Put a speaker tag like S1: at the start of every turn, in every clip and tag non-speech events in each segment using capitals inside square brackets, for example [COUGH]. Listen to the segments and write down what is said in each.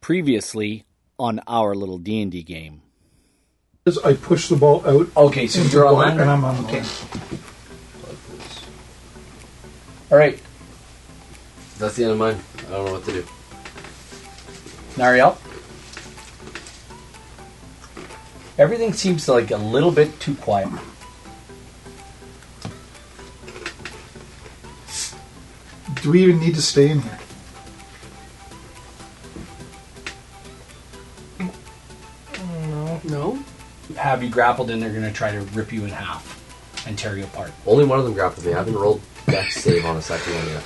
S1: previously on our little D and D game.
S2: Is I push the ball out.
S3: Okay, so
S2: into
S3: you're
S2: the
S3: on
S2: bar,
S3: line?
S2: and I'm on. the
S3: Okay.
S2: line.
S3: All right,
S4: That's the end of mine. I don't know what to do.
S3: Nariel. Everything seems like a little bit too quiet.
S2: Do we even need to stay in here?
S4: No.
S3: Have you grappled and they're going to try to rip you in half and tear you apart.
S4: Only one of them grappled me. I haven't rolled deck save on a second one yet.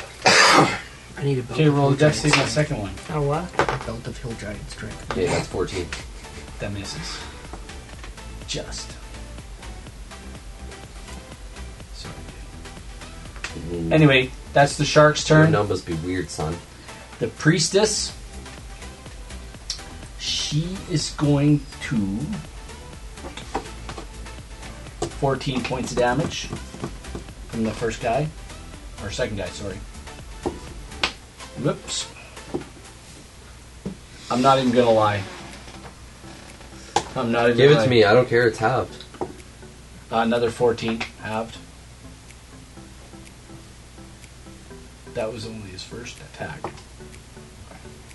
S5: I need a belt.
S3: Okay,
S5: of
S3: roll a
S5: hill
S3: dex
S5: giant
S3: save on the
S5: strength.
S3: second one.
S5: A what? A belt of hill giant strength.
S4: Okay, that's 14.
S3: That misses. Just. So.
S4: Mm,
S3: Anyway, that's the shark's
S4: Your
S3: turn.
S4: numbers be weird, son.
S3: The priestess. She is going to. 14 points of damage from the first guy. Or second guy, sorry. Whoops. I'm not even gonna lie. I'm not even
S4: Give it
S3: gonna
S4: to
S3: lie.
S4: me. I don't care. It's halved.
S3: Uh, another 14 halved. That was only his first attack.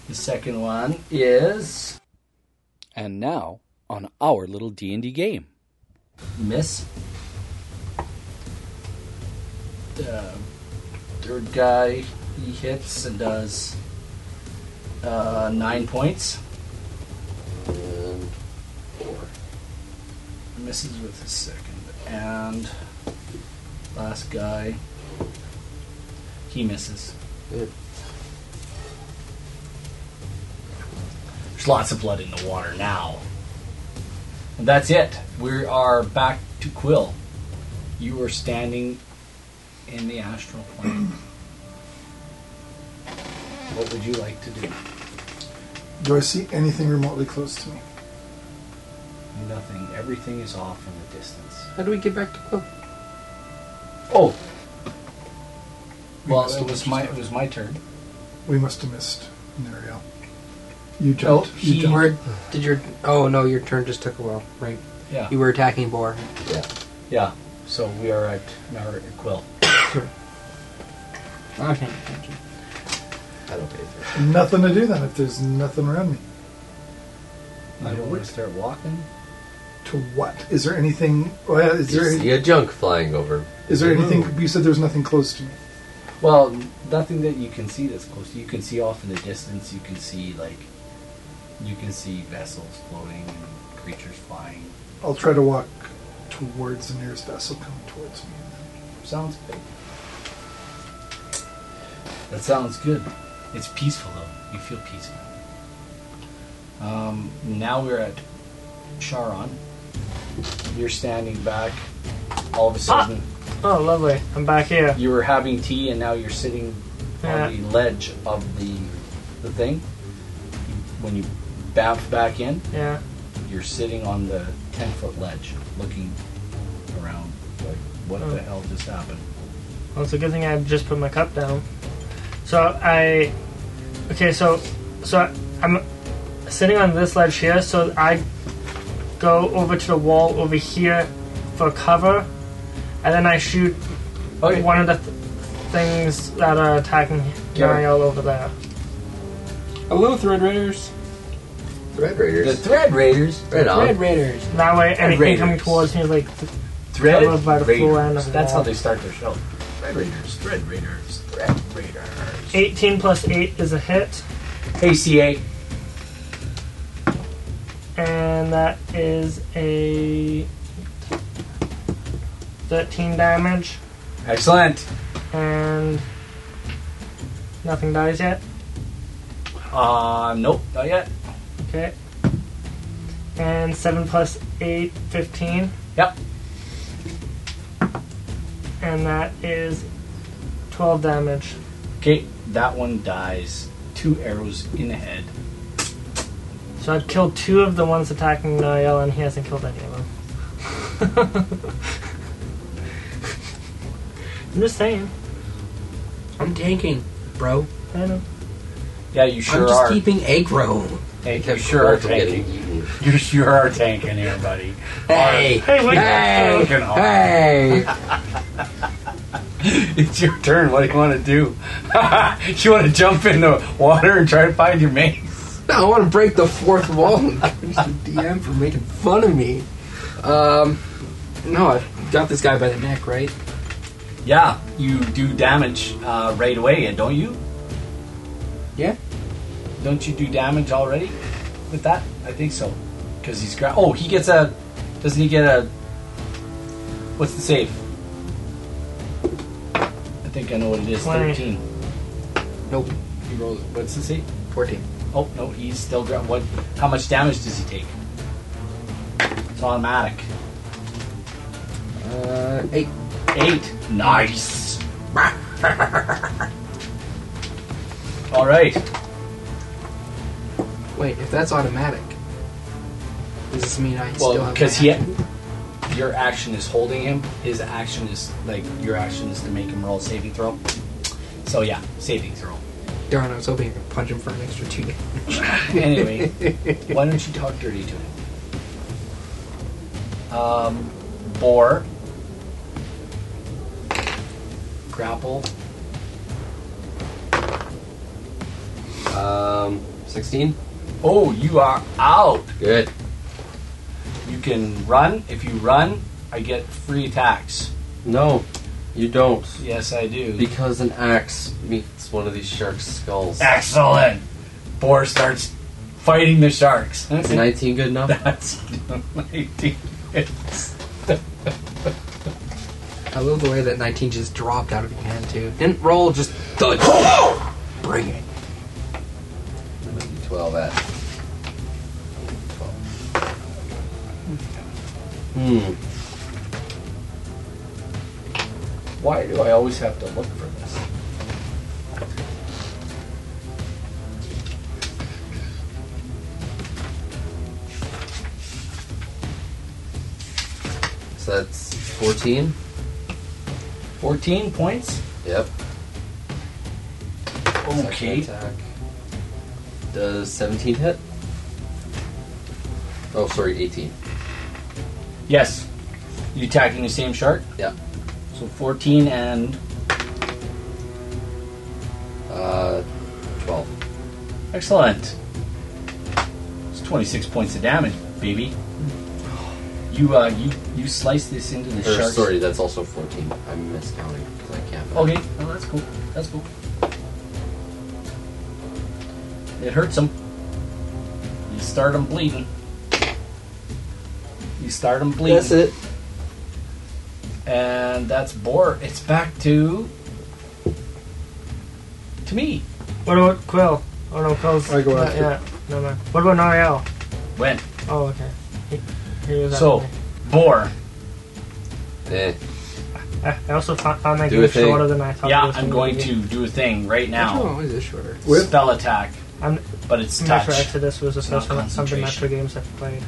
S3: The second one is
S1: And now on our little D and D game.
S3: miss. The uh, third guy he hits and does uh, nine points.
S4: And four.
S3: Misses with his second. And last guy, he misses.
S4: Good.
S3: There's lots of blood in the water now. And that's it. We are back to Quill. You are standing in the astral plane. what would you like to do?
S2: Do I see anything remotely close to me?
S3: Nothing. Everything is off in the distance.
S5: How do we get back to Quill?
S3: Oh,
S2: We
S3: well,
S2: must
S3: it
S2: have
S3: was
S2: missed.
S3: my it was my turn.
S2: We must have missed Nariel. You
S3: Oh,
S2: jumped.
S3: he-
S2: you jumped.
S5: Or did your. Oh no, your turn just took a while, right?
S3: Yeah,
S5: You were attacking Boar.
S4: Yeah.
S3: yeah. So we are at now we're at Quill.
S5: Okay.
S4: I don't pay attention.
S2: Nothing to do then if there's nothing around me.
S3: I don't want to start walking.
S2: To what? Is there anything? Well, is
S4: You
S2: there?
S4: see a junk flying over.
S2: Is there
S4: You
S2: anything?
S4: move.
S2: You said there's nothing close to me.
S3: Well, nothing that you can see that's close. You can see off in the distance. You can see like, you can see vessels floating and creatures flying.
S2: I'll try to walk towards the nearest vessel coming towards me.
S3: Sounds good. That sounds good. It's peaceful though. You feel peaceful. Um, now we're at Charon. You're standing back. All of
S6: Ah!
S3: a sudden,
S6: Oh, lovely. I'm back here.
S3: you were having tea, and now you're sitting
S6: Yeah.
S3: on the ledge of the the thing. When you bounce back in,
S6: Yeah.
S3: you're sitting on the ten foot ledge, looking around like, what
S6: Oh.
S3: the hell just happened?
S6: Well, it's a good thing I just put my cup down. So I. Okay, so. So I'm sitting on this ledge here, so I go over to the wall over here for cover, and then I shoot
S3: Okay.
S6: one of the th- things that are attacking
S3: Gary.
S6: Nariel over there.
S5: Hello, Thread Raiders.
S4: Thread
S3: The
S4: Raiders.
S3: Thread Raiders.
S4: right on.
S5: Thread Raiders.
S6: That way, anything
S3: Raiders.
S6: coming towards me, like. th-
S3: Thread
S6: Covered by the floor and
S3: Raiders.
S6: the
S3: That's how
S6: wall.
S3: they start their show. Thread Raiders. Thread Raiders. Thread Raiders.
S6: 18 plus 8 is a hit,
S3: ACA.
S6: and that is a. 13 damage.
S3: Excellent.
S6: and nothing dies yet.
S3: Uh, nope, not yet.
S6: Okay. And 7 plus 8, 15.
S3: Yep.
S6: And that is 12 damage.
S3: Okay, that one dies. Two arrows in the head.
S6: So I've killed two of the ones attacking Noel, and he hasn't killed any of them. [LAUGHS] I'm just saying.
S5: I'm tanking, bro.
S6: I know.
S3: Yeah, you sure
S5: I'm just
S3: are.
S5: keeping aggro.
S3: Hey, you
S4: kept
S3: sure are
S4: Colt from getting
S3: tanking.
S4: eaten.
S3: You sure are tanking here, buddy.
S5: Hey!
S6: Hey, wait.
S5: Hey!
S3: Fucking awesome. [LAUGHS]
S5: Hey!
S3: It's your turn. What do you want to do? [LAUGHS] you want to jump in the water and try to find your mate?
S5: No, I want to break the fourth wall and curse the DM for making fun of me. Um, no, I got this guy by the neck, right?
S3: Yeah, you do damage uh, right away, and don't you?
S5: Yeah.
S3: Don't you do damage already with that? I think so. Because he's gra- oh, he gets a doesn't he get a what's the save? I think I know what it is.
S6: Twenty.
S3: Thirteen.
S5: Nope.
S3: He rolls. What's the save?
S5: 14.
S3: Oh no, he's still gra- what? How much damage does he take? It's automatic.
S5: Uh, 8.
S3: Eight. Nice. [LAUGHS] All right.
S5: Wait, if that's automatic, does this mean I still
S3: Well,
S5: have
S3: because
S5: my
S3: he,
S5: action?
S3: your action is holding him. His action is like your action is to make him roll a saving throw. So yeah, saving throw.
S5: Darn, I was hoping I could punch him for an extra 2
S3: Anyway,
S5: [LAUGHS]
S3: why don't you talk dirty to him? Um, boar, grapple.
S4: Um, 16?
S3: Oh, you are out.
S4: Good.
S3: You can run. If you run, I get free attacks.
S4: No, you don't.
S3: Yes, I do.
S4: Because an axe meets one of these shark's skulls.
S3: Excellent. Boar starts fighting the sharks.
S4: Is 19 good enough?
S3: That's 19.
S5: I love the way that 19 just dropped out of your hand, too. Didn't roll, just
S4: [GASPS] Done.
S5: bring it.
S4: 12 at. Hmm.
S3: Why do I always have to look for this?
S4: So that's 14?
S3: 14 points?
S4: Yep.
S3: Okay.
S4: Second attack. Does 17 hit? Oh, sorry, 18.
S3: Yes. You attacking the same shark?
S4: Yeah.
S3: So 14 and.
S4: Uh, 12.
S3: Excellent. It's 26 points of damage, baby. You uh, you you slice this into the
S4: Or,
S3: shark.
S4: sorry, that's also 14. I'm miscounting because I can't.
S3: Okay, oh, that's cool. That's cool. It hurts him. You start him bleeding. You start him bleeding.
S4: That's it.
S3: And that's Boar. It's back to. to me.
S6: What about Quill? Oh no, Quill's.
S5: I go
S6: not-
S5: after.
S6: Yeah, no man. What about Nariel?
S3: When?
S6: Oh, okay. He, he was
S3: So,
S6: after me.
S3: Boar.
S4: Eh.
S6: I, I also found, found that
S4: Do
S6: game
S4: a thing.
S6: shorter than I thought. it
S3: Yeah,
S6: was
S3: I'm
S6: gonna
S3: going
S6: be.
S3: to do a thing right
S5: Which
S3: now.
S5: one was this shorter?
S2: With?
S3: Spell attack,
S6: I'm,
S3: but it's
S6: Metro
S3: touch.
S6: Exodus was the
S3: It's not
S6: first one of something Metro
S3: concentration.
S6: games I've played.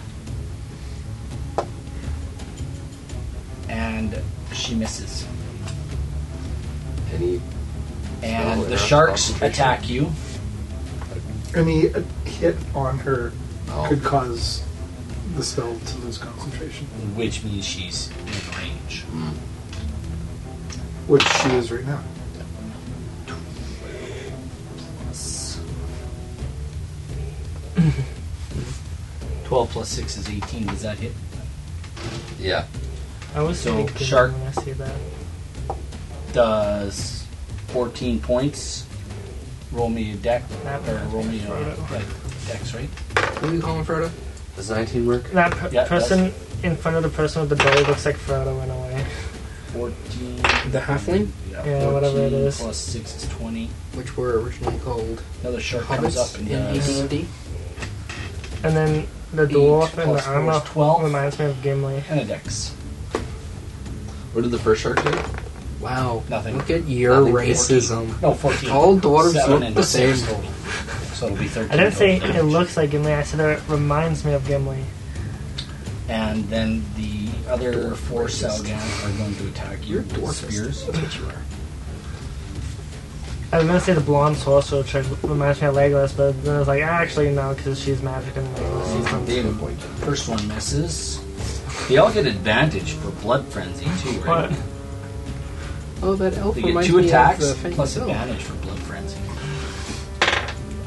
S3: And she misses.
S4: Any.
S3: And
S4: Spell
S3: the
S4: attack,
S3: sharks
S4: concentration.
S3: attack you.
S2: Any uh, hit on her
S4: Oh.
S2: could cause the spell to lose concentration,
S3: which means she's in range.
S2: which she is right now.
S3: Twelve plus six is eighteen. Does that hit?
S4: Yeah.
S6: I was
S3: So,
S6: thinking when
S3: Shark-
S6: I see that.
S3: Does fourteen points? Roll me a deck
S6: That
S3: or
S6: one.
S3: roll me a yeah, dex, right?
S5: What do you call him, Frodo?
S4: Does 19 work?
S6: That per-
S3: Yeah,
S6: person in front of the person with the bow looks like Frodo in a way.
S3: Fourteen.
S5: The halfling?
S6: Yeah, whatever it
S3: 14
S6: is.
S3: Plus six is twenty.
S5: Which were originally called
S3: Another shark comes up
S5: hobbits
S3: uh, and
S5: in
S3: does
S5: AD&D.
S6: And then the
S3: Eight
S6: dwarf
S3: plus
S6: in the
S3: four is
S6: armor
S3: 12.
S6: reminds me of Gimli.
S3: and a dex.
S4: What did the first shark do?
S5: Wow.
S3: Nothing.
S5: Look at your
S4: Nothing.
S5: racism.
S3: No, fourteen.
S5: All dwarves
S3: Seven
S5: look
S3: and
S5: the
S3: six
S5: same.
S3: total. So it'll be thirteen.
S6: I didn't say
S3: total.
S6: it looks like Gimli, I said it reminds me of Gimli.
S3: And then the other
S5: Dwarf
S3: four
S5: racist.
S3: Salgan are going to attack you
S5: You're
S3: with
S5: dwarfist.
S3: spears.
S5: That's what you are.
S6: I was gonna say the blonde sorcerer chick reminds me of Legolas, but then I was like, actually no, because she's magic and Legolas is not.
S3: David, Uh, first one misses. They all get advantage for blood frenzy too, right?
S6: But
S5: Oh, that elf
S3: They get
S5: reminds
S3: two
S5: me
S3: attacks
S5: of the
S3: plus
S5: elf.
S3: advantage for blood frenzy.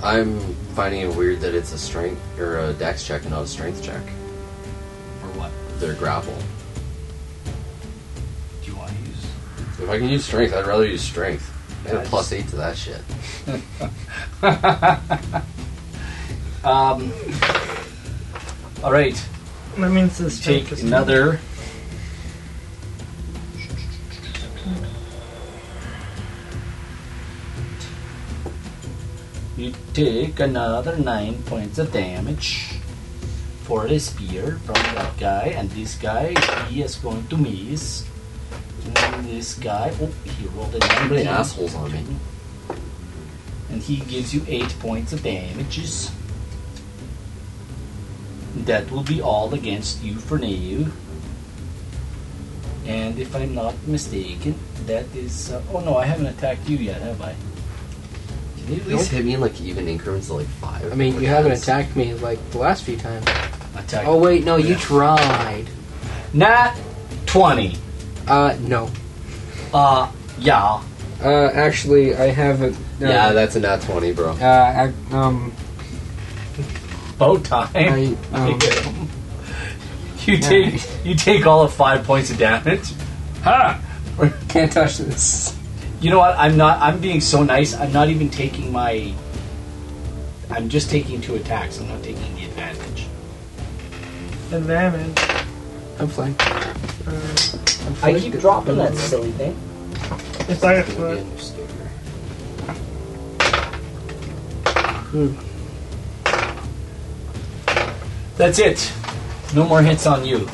S4: I'm finding it weird that it's a strength or a dex check and not a strength check.
S3: For what?
S4: They're grapple.
S3: Do you want to use?
S4: If I can use strength, I'd rather use strength. Get
S3: Yeah,
S4: a plus eight to that shit.
S3: Um, all right,
S6: that means this
S3: take another. You take another nine points of damage for the spear from that guy, and this guy he is going to miss. And this guy, oh, he rolled a
S4: How many
S3: 19,
S4: assholes on me?
S3: and he gives you eight points of damages. That will be all against you for now. And if I'm not mistaken, that is. Uh, oh no, I haven't attacked you yet, have I?
S4: Can you at least hit me in like even increments of like five?
S5: I mean,
S4: Like,
S5: you haven't
S4: that's-
S5: attacked me like the last few times.
S3: Attack.
S5: Oh wait, no, you
S3: Yeah.
S5: tried.
S3: Nat 20.
S5: Uh, no.
S3: Uh, yeah.
S5: Uh, actually, I haven't. Uh,
S4: Yeah, that's a nat twenty, bro.
S5: Uh, I, um,
S3: Bow tie.
S5: I, um,
S3: [LAUGHS] you take you take all of five points of damage. Ha!
S5: can't touch this.
S3: You know what? I'm not. I'm being so nice. I'm not even taking my. I'm just taking two attacks. I'm not taking the advantage.
S6: advantage.
S5: I'm flank. Uh, I'm
S3: I keep
S5: flanked.
S3: dropping that silly thing.
S6: It's like a foot.
S4: Again, sticker.
S3: That's it. No more hits on you.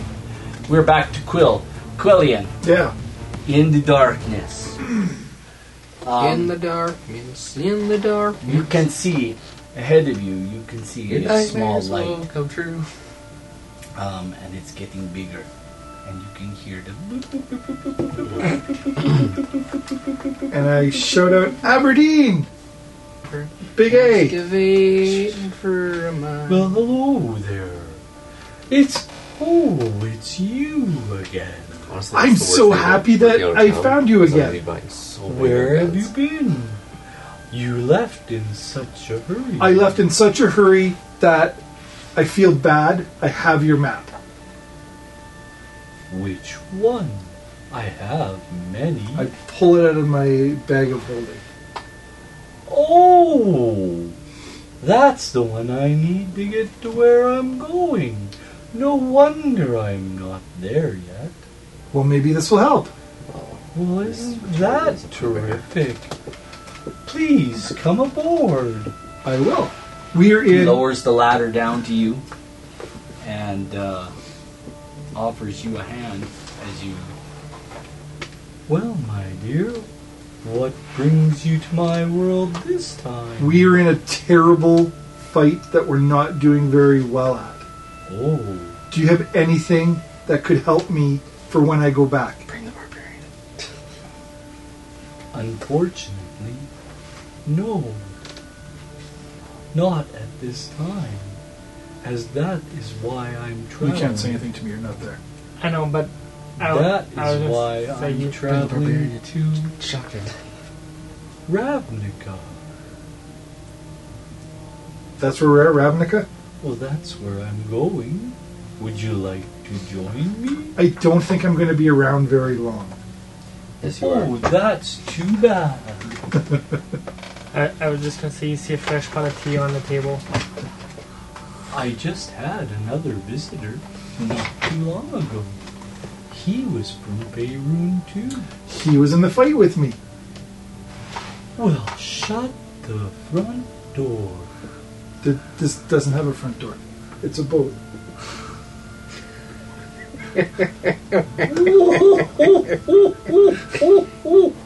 S3: We're back to Quill. Quillian,
S2: Yeah.
S3: in the
S5: [CLEARS THROAT]
S3: darkness.
S5: in
S3: Um,
S5: the darkness, in the dark.
S3: you can see ahead of you. You can see
S5: Your
S3: a small
S5: nightmares will
S3: light,
S5: Come true.
S3: um, and it's getting bigger. And you can hear the.
S2: And I shout out Aberdeen! Big A!
S5: Excavating for a mine.
S3: Well, hello there. It's oh, it's you again.
S4: Honestly,
S2: I'm
S4: that's the
S2: so
S4: worst thing about
S2: happy that
S4: working out of
S2: I
S4: town,
S2: found you
S4: is I
S2: again.
S4: leave mine so big
S7: Where
S4: on
S7: have
S4: this.
S7: you been? You left in such a hurry.
S2: I left in such a hurry that I feel bad. I have your map.
S7: Which one? I have many.
S2: I pull it out of my bag of holding.
S7: Oh! That's the one I need to get to where I'm going. No wonder I'm not there yet.
S2: Well, maybe this will help.
S7: Well, isn't that terrific? Please come aboard.
S2: I will. We are in.
S3: lowers the ladder down to you and uh, offers you a hand as you.
S7: Well, my dear, what brings you to my world this time?
S2: We are in a terrible fight that we're not doing very well at.
S7: Oh,
S2: Do you have anything that could help me for when I go back?
S7: unfortunately, no. Not at this time, as that is why I'm traveling.
S2: anything to me. You're not there.
S6: I know, but I,
S7: That
S6: I
S7: is
S6: was
S7: why
S6: gonna say
S7: I'm
S6: you-
S7: traveling
S2: barbarian.
S7: to Ravnica.
S2: That's where we're at, Ravnica.
S7: Well, that's where I'm going. Would you like to join me?
S2: I don't think I'm going to be around very long.
S4: Yes, you
S7: Oh,
S4: are.
S7: that's too bad.
S6: I, I was just gonna say you see a fresh pot of tea on the table.
S7: I just had another visitor not too long ago. He was from Beirut too.
S2: He was in the fight with me.
S7: Well, shut the front door.
S2: Th- This doesn't have a front door. It's a boat.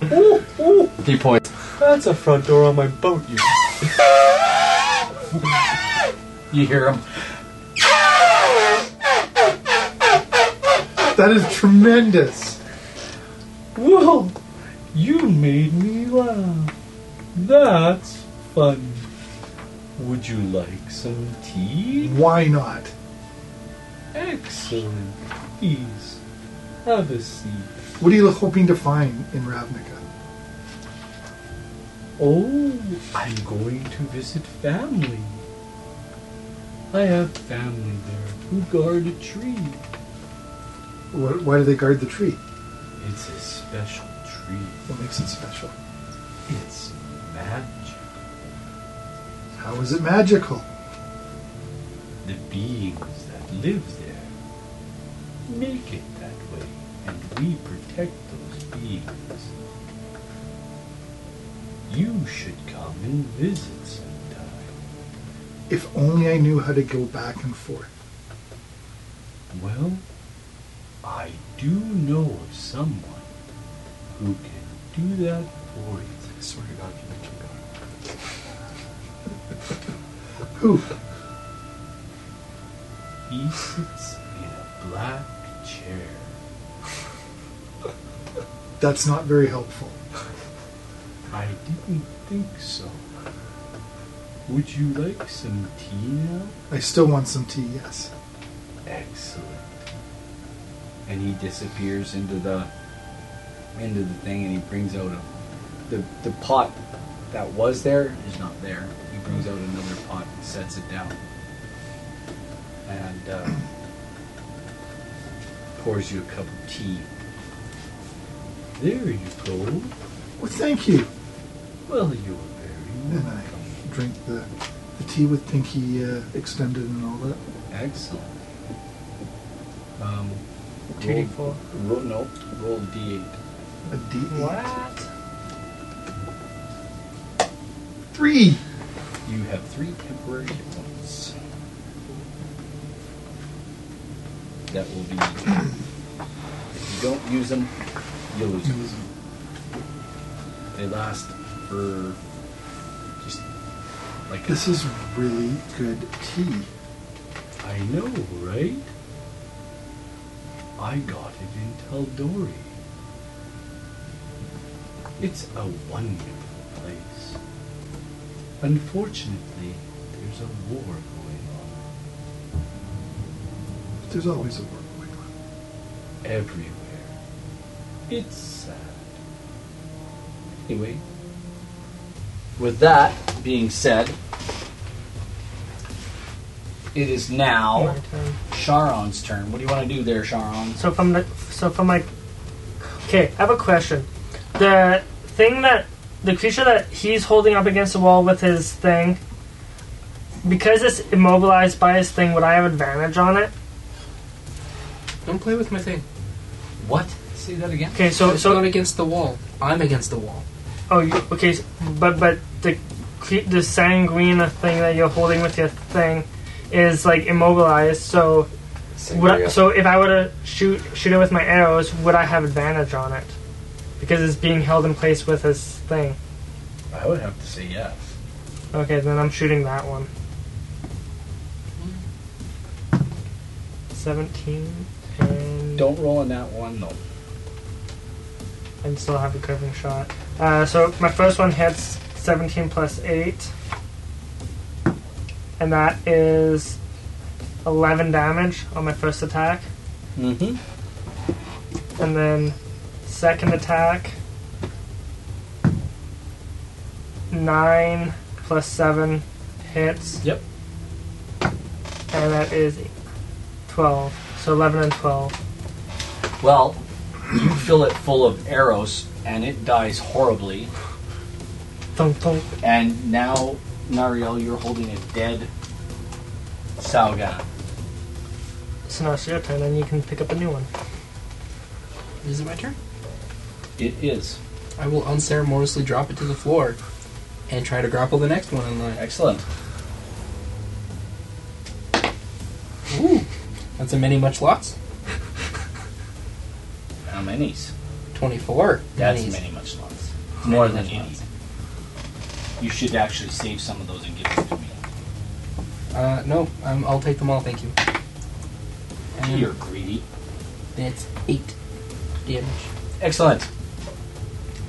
S4: He points.
S7: That's a front door on my boat, you.
S3: You hear him.
S2: That is tremendous.
S7: Whoa! You made me laugh. That's fun. Would you like some tea?
S2: Why not?
S7: Excellent. Please have a seat.
S2: What are you hoping to find in Ravnica?
S7: Oh, I'm going to visit family. I have family there who guard a tree.
S2: Wh- Why do they guard the tree?
S7: It's a special tree.
S2: What makes it special?
S7: It's magic.
S2: How is it magical?
S7: The beings that live there make it that way, and we protect those beings. You should come and visit sometime.
S2: If only I knew how to go back and forth.
S7: Well, I do know of someone who can do that for you.
S4: I swear to God, if you mention God.
S7: [LAUGHS]
S2: Who?
S7: He sits in a black chair.
S2: That's not very helpful.
S7: I didn't think so. Would you like some tea now?
S2: I still want some tea, yes.
S7: Excellent. And he disappears into the
S3: into the thing and he brings out a the the pot that was there is not there. He brings out another pot and sets it down and uh, pours you a cup of tea.
S7: There you go.
S2: Well, thank you.
S7: Well, you're very
S2: And I drink the, the tea with Pinky uh, extended and all that.
S3: Excellent. Um,
S6: Two D four.
S3: roll no roll d8.
S2: A E. D8.
S6: What?
S2: Three!
S3: You have three temporary hit points. That will be. if you don't use them, you lose them. They last for just like
S2: This is really good tea.
S7: I know, right? I got it in Teldori. It's a wonderful place. Unfortunately, there's a war going on
S2: There's always a war going on.
S7: everywhere. It's sad.
S3: Anyway, with that being said, it is now
S7: Oh.
S6: My turn.
S3: Sharon's turn. What do you want to do there, Sharon?
S6: So from the so from my okay, I have a question. The thing that the creature that he's holding up against the wall with his thing, because it's immobilized by his thing, would I have advantage on it?
S5: Don't play with my thing.
S3: What? Say that again.
S6: Okay, so
S5: it's not
S6: so
S5: against the wall. I'm against the wall.
S6: oh you, okay, s- but but the cre- the sanguina thing that you're holding with your thing is like immobilized. So would I,
S4: Sangria.
S6: so if I were to shoot shoot it with my arrows, would I have advantage on it? Because it's being held in place with his thing.
S3: I would have to say yes.
S6: Okay, then I'm shooting that one. 17 and
S3: Don't roll on that one though.
S6: I still have a curving shot. Uh, so my first one hits 17 plus 8. And that is 11 damage on my first attack.
S3: Mm-hmm.
S6: And then second attack 9 plus 7 hits.
S3: Yep.
S6: And that is 12. So 11 and 12.
S3: Well, you fill it full of arrows, and it dies horribly.
S6: Thunk, thunk.
S3: And now, Nariel, you're holding a dead Sauga.
S6: So now it's your turn, and you can pick up a new one.
S5: Is it my turn?
S3: It is
S5: I will unceremoniously drop it to the floor and try to grapple the next one in line.
S3: excellent.
S5: Ooh, that's a many much lots.
S3: How many's?
S5: 24.
S3: That's
S5: Minis.
S3: many much lots. More
S5: Many
S3: than you
S5: much
S3: need. You should actually save some of those and give them to me.
S5: Uh, no, um, I'll take them all, thank you. And
S3: You're greedy.
S5: That's 8 damage.
S3: Excellent.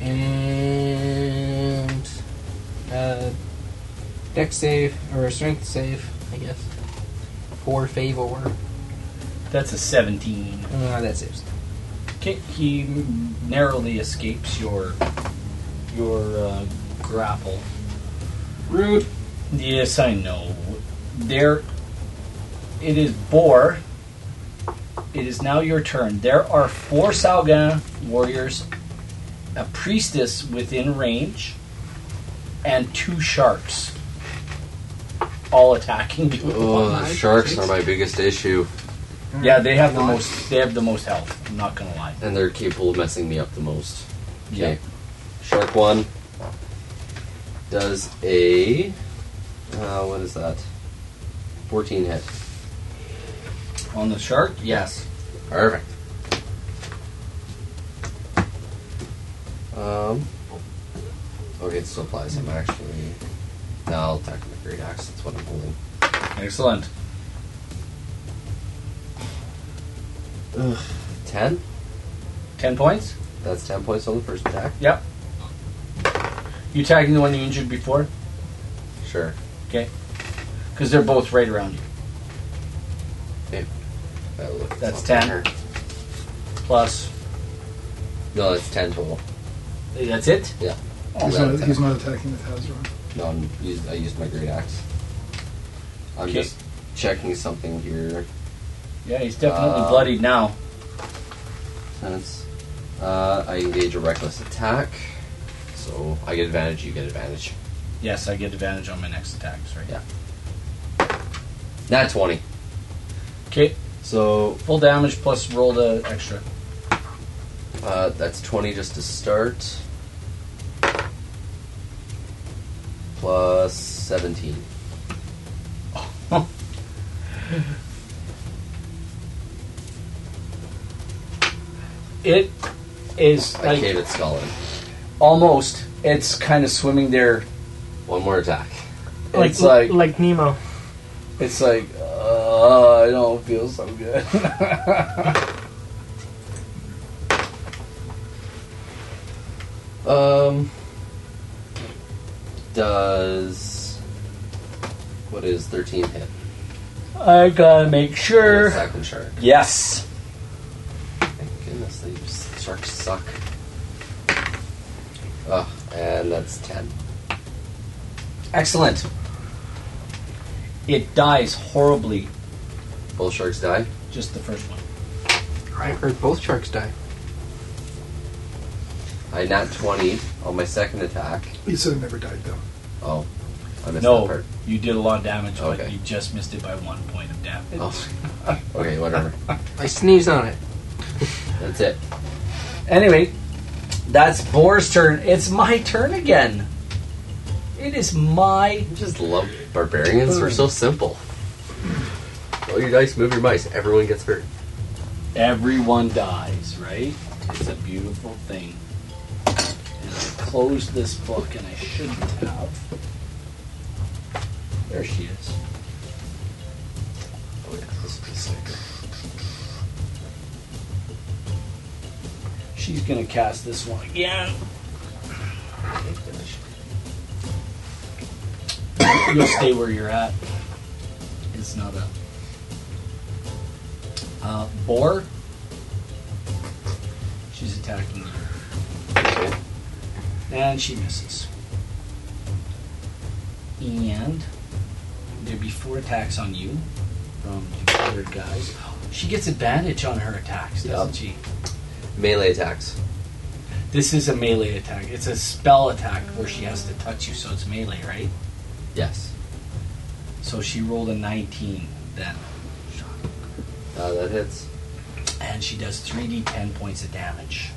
S5: And Uh, deck save or strength save, I guess. Four favor.
S3: That's a 17.
S5: Uh, that saves.
S3: Okay, he narrowly escapes your your uh, grapple.
S5: Rude.
S3: Yes, I know. There, it is Boar. It is now your turn. There are four Salgan warriors, a priestess within range, and two sharks, all attacking you.
S4: Oh, the sharks are my biggest issue,
S3: Yeah, they have the most. They have the most health. I'm not gonna lie.
S4: and they're capable of messing me up the most.
S3: Yeah.
S4: Okay. Shark one does a. Uh, what is that? 14 hit.
S3: On the shark, yes.
S4: Perfect. Um. Okay, it still applies. I'm actually. No, I'll attack with the great axe. That's what I'm holding.
S3: Excellent.
S4: 10?
S3: Ten points.
S4: That's 10 points on the first attack.
S3: Yep. You tagging the one you injured before?
S4: Sure.
S3: Because they're both right around you.
S4: That look,
S3: That's
S4: not
S3: 10.
S4: bad.
S3: Plus,
S4: No, that's 10 total.
S3: that's it.
S4: Oh,
S2: He's
S4: that
S2: not,
S4: attack.
S2: he's not attacking with Hazron.
S4: No, I'm used, I used my great axe. I'm
S3: Okay.
S4: just checking something here.
S3: Yeah, he's definitely
S4: Uh,
S3: bloodied now.
S4: Since uh, I engage a reckless attack, so I get advantage, you get advantage.
S3: Yes, I get advantage on my next attacks, right?
S4: Yeah. Nat 20.
S3: Okay,
S4: So
S3: full damage plus roll the extra.
S4: Uh, that's 20 just to start. Plus 17.
S3: It is
S4: I
S3: like
S4: cave it skull in.
S3: almost. It's kind of swimming there.
S4: One more attack.
S3: It's like,
S6: like Nemo.
S3: it's like uh, I don't feel so good.
S4: Um. Does. What is 13 hit?
S3: I gotta make sure.
S4: Second shark.
S3: Yes.
S4: Thank goodness, these sharks suck. Ugh, and that's 10.
S3: Excellent. It dies horribly.
S4: Both sharks die.
S3: [LAUGHS] Just the first one.
S5: I heard both sharks die.
S4: I nat 20 on my second attack.
S2: He said it never died though.
S4: Oh, I missed that
S3: No,
S4: part.
S3: you did a lot of damage, but
S4: Okay.
S3: you just missed it by one point of damage.
S4: Oh. [LAUGHS] okay, whatever.
S5: I sneezed on it.
S4: That's it.
S3: Anyway, that's Boar's turn. It's my turn again. It is my.
S4: I just love barbarians. They're so simple. Roll your dice, move your mice. Everyone gets hurt.
S3: Everyone dies, right? It's a beautiful thing. And I closed this book, and I shouldn't have. There she is.
S4: Oh yeah, this is sick.
S3: She's gonna cast this one again. You'll stay where you're at. It's not a uh, boar. She's attacking you, and she misses. And there'd be four attacks on you from the other guys. She gets advantage on her attacks, doesn't
S4: Yep.
S3: she?
S4: Melee attacks.
S3: This is a melee attack. It's a spell attack where she has to touch you, so it's melee, right?
S4: Yes.
S3: So she rolled a 19 then.
S4: Uh, that hits.
S3: And she does 3d10 points of damage.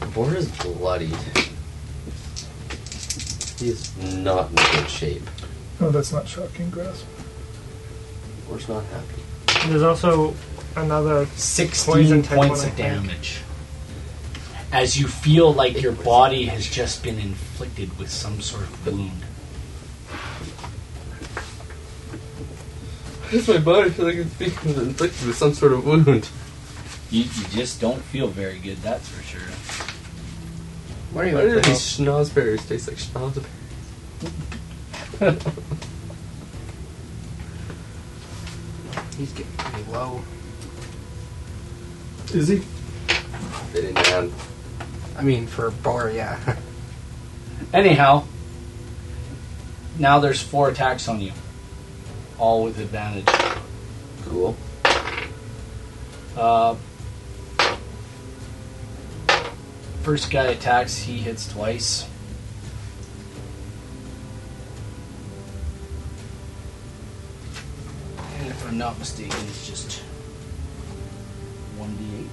S4: The boar is bloodied. He's not in good shape.
S2: No, that's not shocking grasp.
S4: The boar's not happy.
S6: There's also another
S3: 16
S6: Poison type
S3: points
S6: one,
S3: of
S6: I think.
S3: damage. As you feel like your body has just been inflicted with some sort of wound.
S4: It's my body feels like it's being inflicted with some sort of wound.
S3: You, you just don't feel very good, that's for sure.
S5: Why do you
S7: Why do
S5: like
S7: these
S5: these schnozberries taste like schnozberries? He's getting pretty low.
S2: Is he?
S4: Fitting down.
S5: I mean, for a bar, yeah. [LAUGHS]
S3: Anyhow, now there's four attacks on you, all with advantage.
S4: Cool.
S3: Uh, first guy attacks, he hits twice. And if I'm not mistaken, it's just 1d8.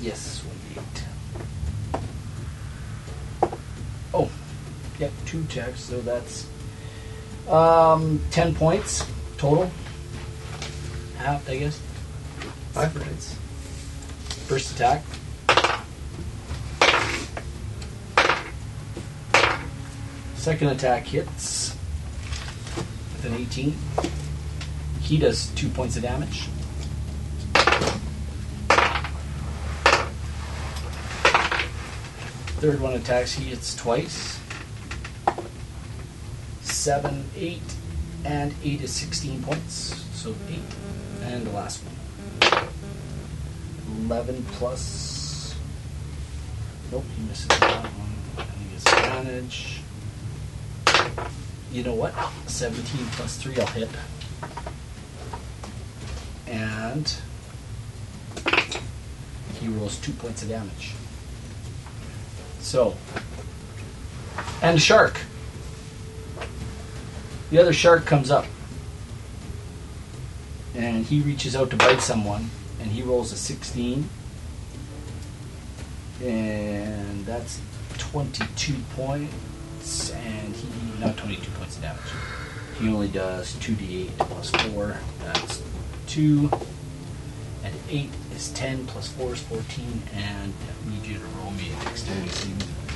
S3: Yes, 1d8. Oh, yep, two attacks, so that's um, 10 points total. Half, I guess.
S5: Five minutes.
S3: First attack. Second attack hits with an 18. He does two points of damage. Third one attacks, he hits twice. 7, 8, and 8 is 16 points. So 8. And the last one. 11 plus. Nope, he misses that one. And he gets advantage. You know what? 17 plus 3, I'll hit. And. He rolls 2 points of damage. So. And shark. The other shark comes up. And he reaches out to bite someone and he rolls a 16. And that's 22 points, and he, not 22 points of damage. He only does 2d8 plus 4, that's 2. And 8 is 10, plus 4 is 14, and I need you to roll me a dexterity saving throw.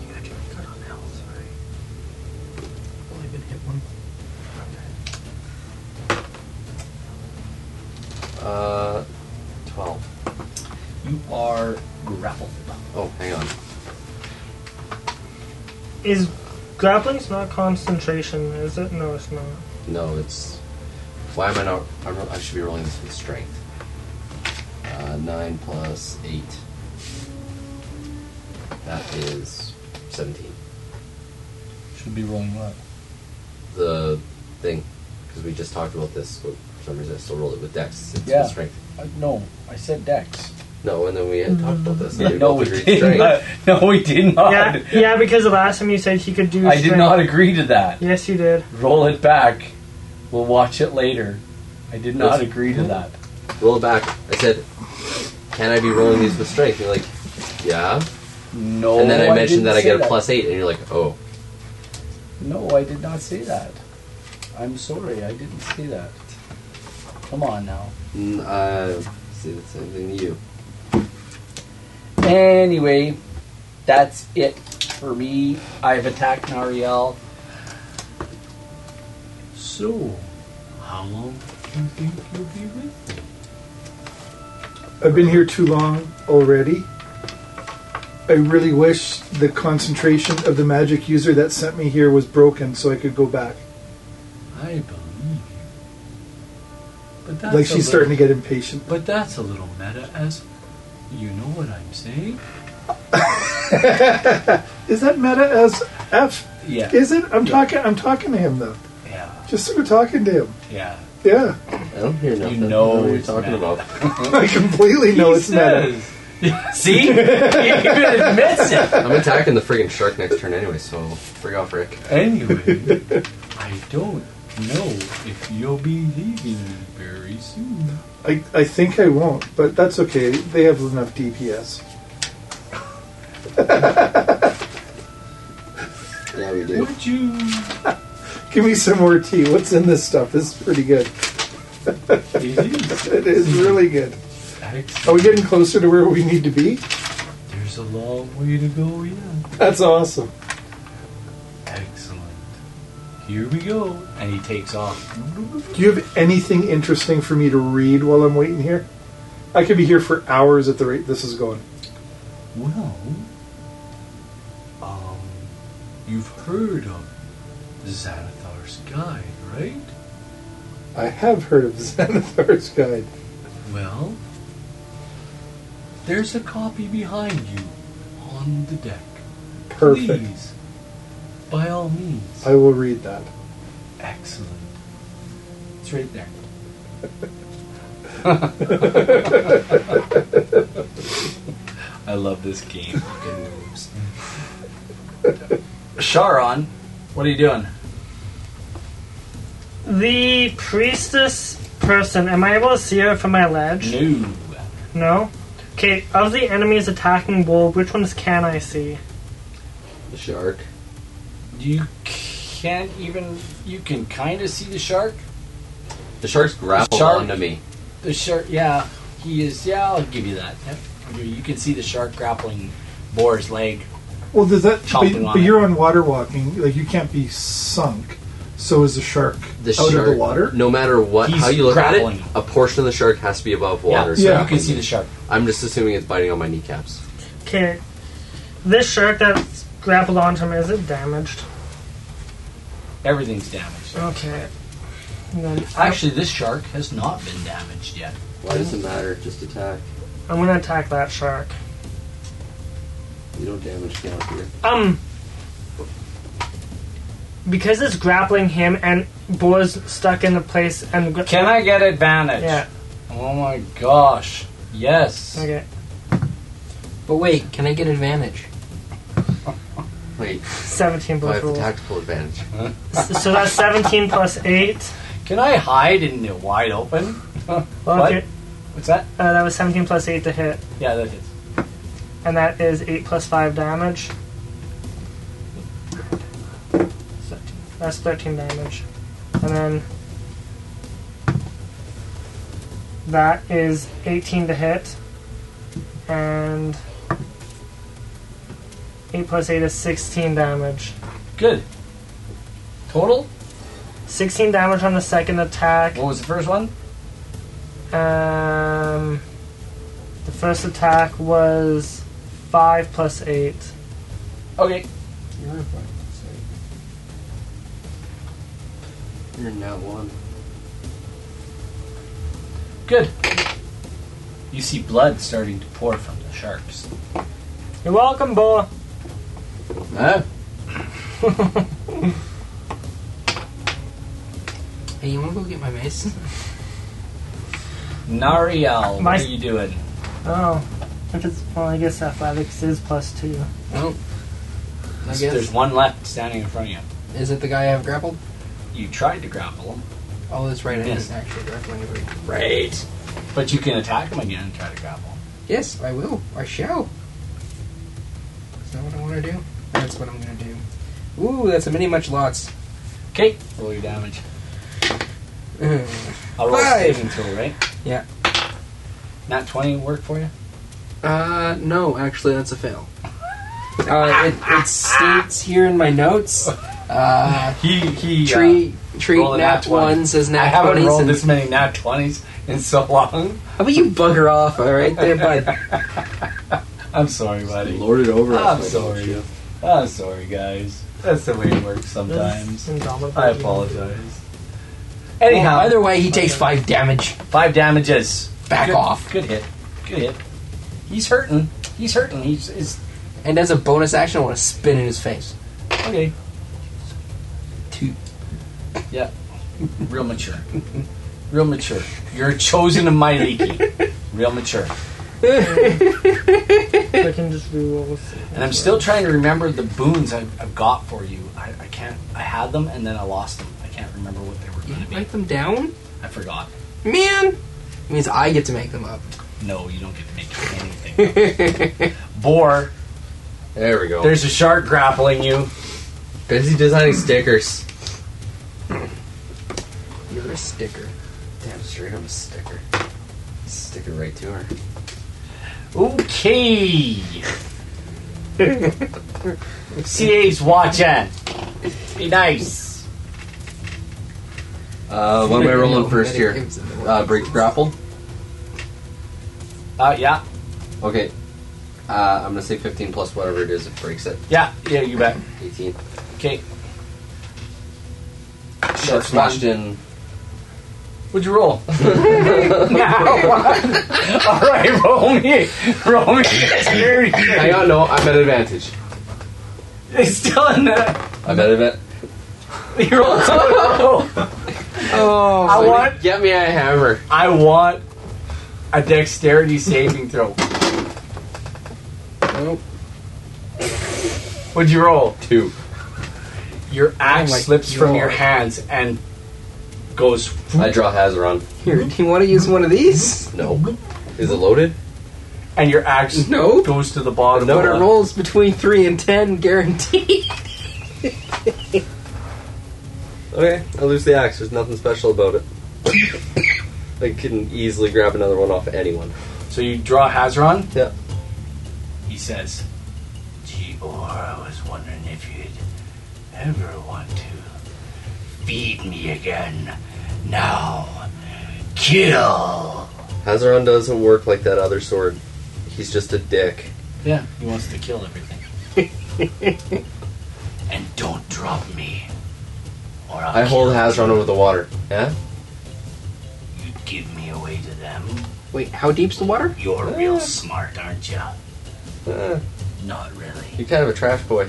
S5: You gotta do me good on that one, sorry. I've only been hit one.
S4: Uh, 12.
S3: You are grappled.
S4: Oh, hang on.
S6: Is grappling's not concentration, is it? No,
S3: [LAUGHS]
S6: it's not.
S4: No, it's. Why am I not? I'm, I should be rolling this with strength. Uh, nine plus eight. That is seventeen.
S3: Should be rolling what?
S4: The thing, because we just talked about this. But for some reason, I still rolled it with Dex. It's
S3: Yeah.
S4: with strength.
S3: Uh, no, I said dex.
S4: No, and then we had talked about
S3: [LAUGHS]
S4: this. and we
S3: no,
S4: both
S3: we
S4: agreed
S3: did
S4: strength.
S3: not. No, we did not.
S6: Yeah, yeah, because the last time you said he could do.
S3: I did
S6: strength-
S3: not agree to that.
S6: Yes, you did.
S3: Roll it back. We'll watch it later. I did not
S4: That's-
S3: agree to that.
S4: Roll it back. I said, "Can I be rolling these with strength?" You're like, "Yeah."
S3: No.
S4: and then I mentioned
S3: Oh, didn't
S4: that I
S3: say
S4: get a plus eight, and you're like, "Oh."
S3: No, I did not say that. I'm sorry, I didn't say that. Come on now.
S4: Mm, uh, see, the same thing to you.
S3: Anyway, that's it for me. I've attacked Nariel.
S7: So, how long do you think you'll be with?
S2: I've been here too long already. I really wish the concentration of the magic user that sent me here was broken so I could go back.
S7: I believe you. But that's
S2: like
S7: a
S2: she's
S7: little-
S2: starting to get impatient.
S7: But that's a little meta as you know what I'm saying.
S2: Is that meta as F?
S3: Yeah.
S2: Is it? I'm talking I'm talking to him though.
S3: Yeah.
S2: Just sort of talking to him.
S3: Yeah.
S2: Yeah. [LAUGHS]
S4: I don't hear nothing.
S3: know
S4: I don't what you're
S3: it's
S4: talking
S3: meta.
S4: about.
S2: I completely know it's meta.
S7: [LAUGHS]
S3: See? he even admits it.
S4: [LAUGHS] I'm attacking the friggin' shark next turn anyway, so frig off, Rick.
S7: Anyway, I don't know if you'll be leaving very soon.
S2: I, I think I won't, but that's okay. They have enough DPS.
S4: Yeah, we
S7: Would you?
S2: Give me some more tea. What's in this stuff? This is pretty good.
S7: It is.
S2: [LAUGHS] It is really good. Are
S7: Excellent.
S2: we getting closer to where we need to be?
S7: There's a long way to go yet.
S2: That's awesome.
S7: Excellent. Here we go.
S3: And he takes off.
S2: Do you have anything interesting for me to read while I'm waiting here? I could be here for hours at the rate this is going.
S7: Well, um, you've heard of Xanathar's Guide, right?
S2: I have heard of [LAUGHS] Xanathar's Guide.
S7: Well, there's a copy behind you on the deck.
S2: Perfect.
S7: Please, by all means.
S2: I will read that.
S7: Excellent.
S3: It's right [LAUGHS] there. I love this game. Fucking moves. Sharon, what are you doing?
S6: The priestess person, am I able to see her from my ledge?
S3: New.
S6: No? Okay, of the enemies attacking Wolf, which ones can I see?
S4: The shark.
S3: You can't even. You can kind of see the shark.
S4: The shark's grappled
S3: shark-
S4: onto me.
S3: The shark. Yeah, he is. Yeah, I'll give you that. Yep. You- You can see the shark grappling Boar's leg.
S2: Well, does that? But,
S3: Chomping on
S2: but
S3: it.
S2: you're on water walking. Like you can't be sunk. So is the shark
S4: Oh, The
S2: out
S4: shark.
S2: of the water?
S4: No matter what,
S3: He's
S4: how you look at
S3: grappling.
S4: it, a portion of the shark has to be above water.
S3: Yeah, so
S2: Yeah.
S3: you can see the shark.
S4: I'm just assuming it's biting on my kneecaps.
S6: Okay. This shark that's grappled onto him, is it damaged?
S3: Everything's damaged.
S6: Okay. And then
S3: Actually, this shark has not been damaged yet.
S4: Why does it matter? Just attack.
S6: I'm gonna attack that shark.
S4: You don't damage down here.
S6: Um. Because it's grappling him and Boar's stuck in the place and. Gra-
S3: Can I get advantage?
S6: Yeah.
S3: Oh my gosh. Yes.
S6: Okay.
S5: But wait, can I get advantage?
S4: Wait,
S6: 17
S4: I
S6: plus
S4: have the
S6: rules.
S4: tactical advantage.
S6: S- So that's 17 plus 8.
S3: Can I hide in the wide open? What?
S6: Okay.
S3: What's that?
S6: Uh, that was 17 plus 8 to hit.
S3: Yeah, that hits.
S6: And that is 8 plus 5 damage. That's 13 damage. And then. That is 18 to hit. And. 8 plus 8 is 16 damage.
S3: Good. Total?
S6: 16 damage on the second attack.
S3: What was the first one?
S6: Um, the first attack was 5 plus 8.
S3: Okay.
S4: You're not one.
S3: Good. You see blood starting to pour from the sharks.
S6: You're welcome, Bo.
S4: Huh?
S5: Hey, you wanna go get my mace? [LAUGHS]
S3: Nariel,
S6: My-
S3: what are you doing?
S6: Oh, if it's, well, I guess athletics is plus 2.
S5: Well, I
S3: There's
S5: guess.
S3: one left standing in front of you.
S5: Is it the guy I have grappled?
S3: You tried to grapple him,
S5: Oh, that's right. I
S3: Yes.
S5: didn't actually grapple anybody.
S4: Right.
S3: but you can attack him again and try to grapple him.
S5: Yes, I will. I shall. Is that what I want to do? That's what I'm going to do. Ooh, that's a mini much lots. [LAUGHS]
S3: Okay, roll your damage. I'll roll
S5: Five.
S3: a saving throw, right?
S5: Yeah.
S3: Not 20 work for you?
S5: Uh, no, actually, that's a fail. Uh, it, it states here in my notes.
S3: [LAUGHS]
S5: Uh,
S3: He, he,
S5: tree, tree,
S3: roll a nat
S5: nat one says
S3: I
S5: nat
S3: haven't
S5: twenties.
S3: rolled
S5: and-
S3: this many nat 20s in so long. [LAUGHS]
S5: How about you bugger off? All right, there, bud.
S3: I'm sorry, buddy.
S4: Lord it over
S3: I'm
S4: us.
S3: sorry. I'm sorry, guys. That's the way it works sometimes.
S6: Indomitable.
S3: I apologize.
S5: Well,
S3: Anyhow,
S5: either way, he takes five damage.
S3: five damages.
S5: Back
S3: Good-
S5: off.
S3: Good hit. Good hit. He's hurting. He's hurting. He's, he's
S5: And as a bonus action, I want to spin in his face.
S3: okay.
S5: Two.
S3: Yeah. Real mature. Real mature. You're chosen of my leaky. Real mature.
S6: I can just reroll. this.
S3: And I'm still trying to remember the boons I've, I've got for you. I, I can't. I had them and then I lost them. I can't remember what they were
S5: You
S3: going to be.
S5: write them down,
S3: I forgot.
S5: man. means I get to make them up. [LAUGHS]
S3: No, you don't get to make anything. Boar,
S4: There we go.
S3: there's a shark grappling you.
S4: busy designing stickers.
S5: You're a sticker.
S4: Damn straight, I'm a sticker. Sticker right to her.
S3: Okay. CA's watching. Be nice.
S5: [LAUGHS] Uh,
S4: Uh, what am I rolling first here? Uh, break grapple.
S3: Uh, yeah,
S4: Okay. Uh, I'm gonna say 15 plus whatever it is. It breaks it.
S3: yeah, yeah. You bet.
S4: 18.
S3: Okay. [LAUGHS]
S4: Shark smashed in.
S3: What'd
S4: [LAUGHS]
S3: you roll? All right, roll me. Roll me. Scary.
S4: Hang on, no, I'm at advantage.
S3: It's still in the.
S4: I'm at
S3: [LAUGHS]
S4: advantage. [LAUGHS]
S3: You roll so low.
S5: Oh,
S3: I want.
S4: Get me a hammer.
S3: I want a dexterity saving throw.
S5: nope.
S3: What'd you roll?
S4: Two.
S3: Your axe
S5: my
S3: slips from
S5: God.
S3: your hands and goes.
S4: I draw Hazaron.
S5: Here, do you want to use one of these?
S4: No. Is it loaded?
S3: And your axe
S5: [LAUGHS] No.
S3: goes to the bottom.
S5: But it
S3: Uh,
S5: rolls between three and ten, guaranteed. [LAUGHS]
S8: Okay, I lose the axe. There's nothing special about it. I can easily grab another one off anyone.
S3: So you draw Hazron.
S8: Yeah.
S3: He says, Gibor, I was wondering if you'd ever want to feed me again. Now, kill.
S8: Hazaron doesn't work like that other sword. He's just a dick.
S3: Yeah, he wants to kill everything. [LAUGHS] and don't drop me, or I'll
S4: I hold
S3: kill
S4: Hazaron over the water. Yeah?
S3: you. Give me away to them.
S5: Wait, how deep's the water?
S3: You're real smart, aren't you? Eh.
S4: Uh,
S3: Not really.
S4: you're kind of a trash boy.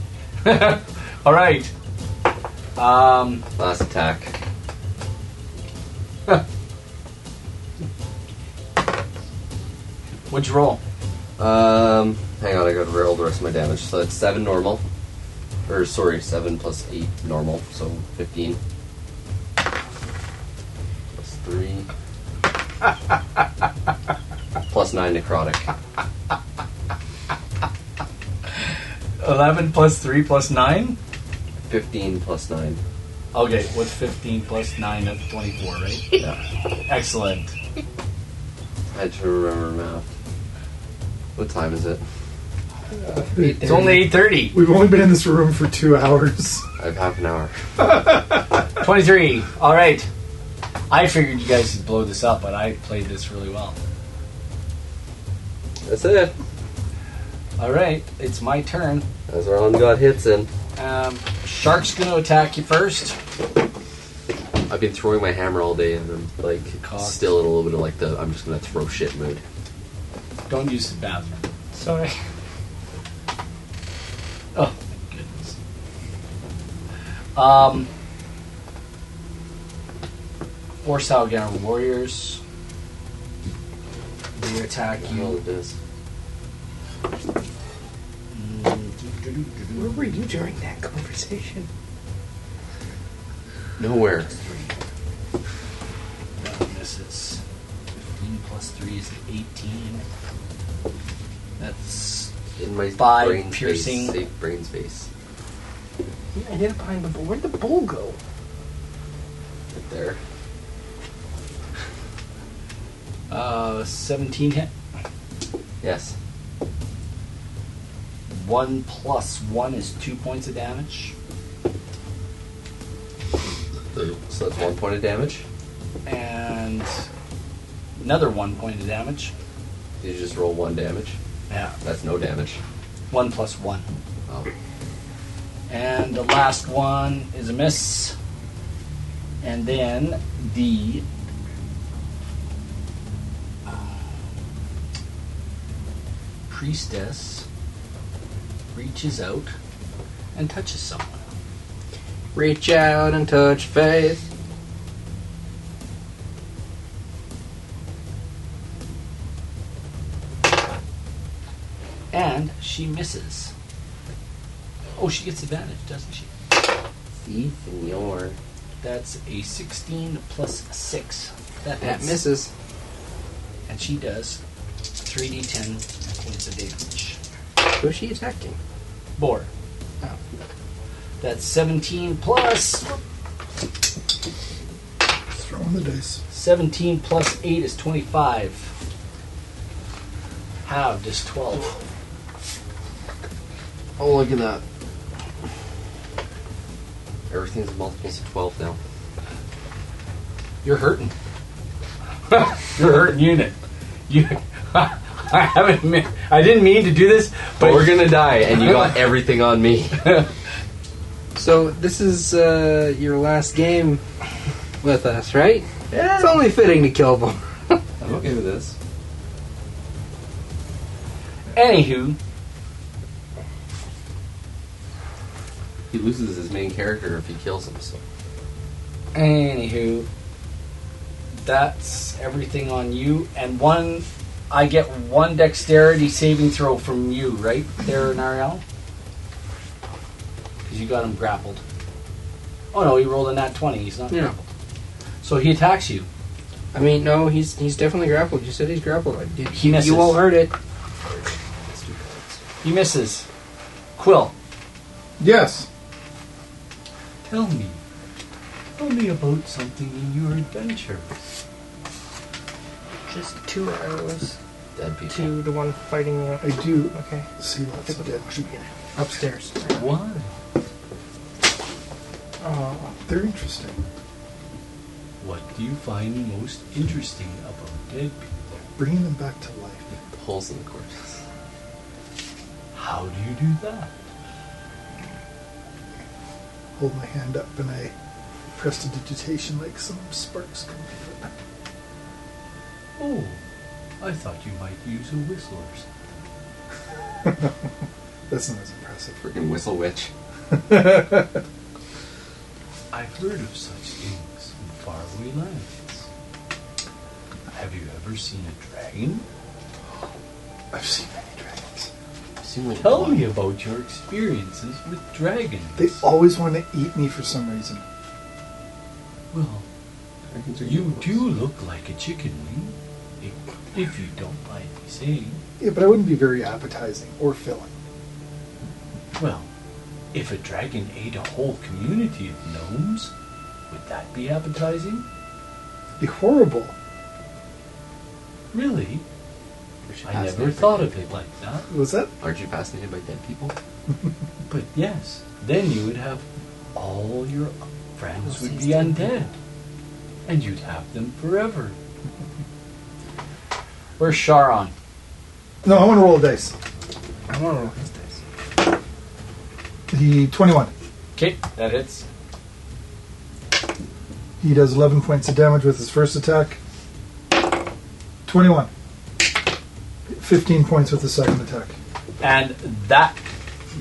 S3: [LAUGHS] All right. Um,
S4: Last attack.
S3: what'd you roll?
S4: Um, hang on, I gotta roll the rest of my damage. So that's 7 normal. Or, sorry, 7 plus 8 normal, so 15. Plus 3.
S8: [LAUGHS]
S4: plus 9 necrotic.
S3: 11 plus 3 plus 9?
S4: 15 plus 9.
S3: Okay, what's 15 plus 9? That's 24, right? Excellent.
S4: I had to remember math. What time is it?
S3: It's only 8.30.
S2: We've only been in this room for two hours.
S4: I have half an hour.
S3: 23. All right. I figured you guys would blow this up, but I played this really well.
S8: That's it.
S3: All right, it's my turn.
S8: Hazaron got hits in.
S3: Um, shark's going to attack you first.
S4: I've been throwing my hammer all day and I'm like
S3: Cocked.
S4: still in a little bit of like the I'm just gonna throw shit mood.
S3: Don't use the bathroom.
S6: Sorry.
S3: Oh, thank goodness. Um, four Salgan warriors. They attack
S4: All
S3: you.
S4: it is.
S5: Where were you during that conversation?
S4: Nowhere.
S3: That misses. 15 plus 3 is 18. That's.
S4: In my
S3: Five
S4: brain
S3: piercing.
S4: space. Safe brain space.
S5: Yeah, I did it behind the bowl. Where'd the bowl go?
S4: Right there.
S3: [LAUGHS] Uh, 17 hit.
S4: Yes.
S3: 1 plus 1 is 2 points of damage.
S4: So that's one point of damage.
S3: And. Another 1 point of damage.
S4: You just roll one damage.
S3: Yeah.
S4: That's no damage.
S3: 1 plus 1.
S4: Oh.
S3: And the last one is a miss. And then the uh, priestess reaches out and touches someone.
S5: Reach out and touch faith.
S3: And she misses. Oh, she gets advantage, doesn't she?
S4: Thief in your
S3: That's a 16 plus 6. That,
S5: That
S3: hits.
S5: misses.
S3: And she does 3d10 points of damage.
S5: Who's she attacking?
S3: Boar.
S5: Oh.
S3: That's 17 plus
S2: Throwing the dice.
S3: 17 plus 8 is 25. Halved is 12.
S5: Oh, look at that.
S4: everything's multiples of twelve now.
S3: You're hurting. You're hurting unit. You I haven't. me- I didn't mean to do this,
S4: But we're
S3: but
S4: gonna die, and [LAUGHS] you got everything on me.
S5: So this is uh, your last game with us, right?
S4: Yeah.
S5: It's only fitting to kill them.
S4: I'm okay with this.
S3: anywho,
S4: He loses his main character if he kills him. So
S3: anywho, that's everything on you. And one, I get one dexterity saving throw from you, right there, Nariel, because you got him grappled. Oh no, he rolled a nat twenty. He's not
S5: [LAUGHS] Yeah.
S3: grappled, so he attacks you.
S5: I mean, no, he's he's definitely grappled. You said he's grappled. I did.
S3: He misses.
S5: You all heard it.
S3: He misses. Quill,
S2: Yes.
S7: Tell me. Tell me about something in your adventure.
S6: Just two arrows
S4: dead people.
S6: to the one fighting you.
S2: I do
S6: Okay.
S2: see lots of dead people.
S5: Upstairs.
S7: Why?
S6: Oh,
S2: They're interesting.
S7: What do you find most interesting about dead people?
S2: Bringing them back to life.
S4: Holes in the corpses.
S7: How do you do that?
S2: Hold my hand up and I press the digitation like some sparks come from it.
S7: Oh, I thought you might use a whistle or something.
S2: That's not as impressive.
S4: Freaking whistle witch.
S7: I've heard of such things in faraway lands. Have you ever seen a dragon?
S2: I've seen many dragons.
S4: Seem like
S7: Tell
S4: one.
S7: me about your experiences with dragons.
S2: They always want to eat me for some reason.
S7: well,
S4: Dragons are
S7: you
S4: evil.
S7: do look like a chicken wing, if, if you don't mind me saying.
S2: Yeah, but I wouldn't be very appetizing or filling.
S7: Well, if a dragon ate a whole community of gnomes, would that be appetizing?
S2: It'd be horrible.
S7: Really?
S4: Aren't you
S7: I never
S4: fascinated by
S7: thought
S4: dead
S7: of it
S4: people?
S7: like that.
S2: Was that?
S4: Aren't you fascinated by dead people?
S7: But yes, then you would have all your friends would be
S5: Existing.
S7: undead. And you'd have them forever.
S3: [LAUGHS] where's Sharon?
S2: No, I want to roll a dice.
S5: I want to roll his dice.
S2: The 21.
S3: Okay, that hits.
S2: He does 11 points of damage with his first attack. 21. 15 points with the second attack.
S3: And that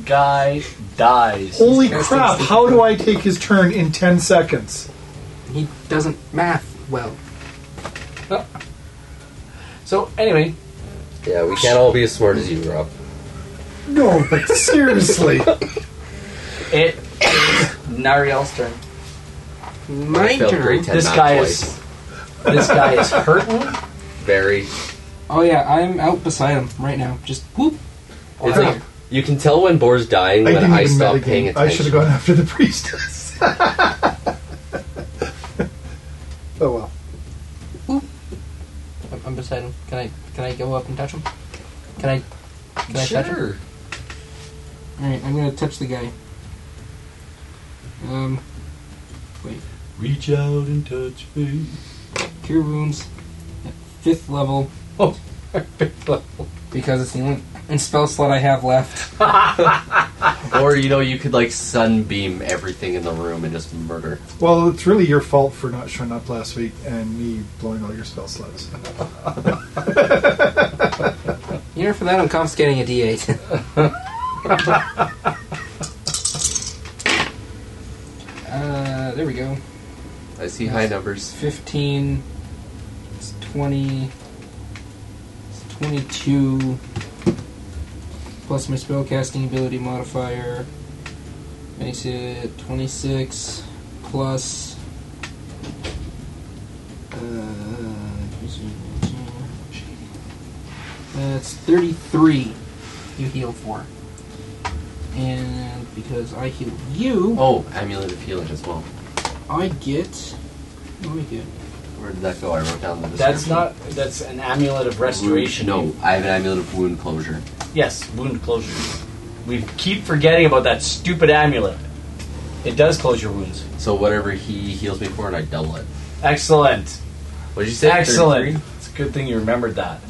S3: guy dies.
S2: Holy crap, how do I take his turn in 10 seconds?
S5: He doesn't math well.
S3: So anyway,
S8: Yeah, we can't all be as smart as you, Rob.
S2: No, but
S4: [LAUGHS]
S2: seriously.
S3: it is [COUGHS] Nariel's turn.
S5: My
S4: Failed
S5: turn.
S4: grade ten
S3: This
S4: math
S3: guy
S4: twice.
S3: is this guy
S4: [LAUGHS]
S3: is hurting.
S4: very.
S5: Oh yeah, I'm out beside him right now. Just whoop.
S4: It's
S5: Wow.
S4: like you can tell when Boar's dying
S2: I
S4: when
S2: didn't
S4: I
S2: even
S4: stop
S2: metagame.
S4: paying attention.
S2: I should have gone after the priestess. [LAUGHS] oh well.
S5: I'm- I'm beside him. Can I can I go up and touch him? Can I can I touch him? All right, I'm gonna touch the guy. Um,
S7: Reach out and touch me.
S5: cure wounds at fifth level because it's the only and spell slot I have left.
S4: Or you know, you could like sunbeam everything in the room and just murder.
S2: Well, it's really your fault for not showing up last week and me blowing all your spell slots.
S5: You know, for that I'm confiscating a D8. [LAUGHS] uh, there we go.
S4: I see high numbers.
S5: 15, it's 20, it's 22, plus my spellcasting ability modifier makes it 26, plus. uh, That's 33 you heal for. And because I heal you,
S4: Oh, amulet of healing as well.
S5: I get. What do I get?
S4: Where did that go? I wrote down the.
S3: That's
S4: description.
S3: not. That's an amulet of restoration.
S4: Wound- No, I have an amulet of wound closure.
S3: Yes, wound closure. We keep forgetting about that stupid amulet. It does close your wounds.
S4: So whatever he heals me for, and I double it.
S3: Excellent.
S4: What did you say?
S3: Excellent.
S4: 33?
S3: It's a good thing you remembered that.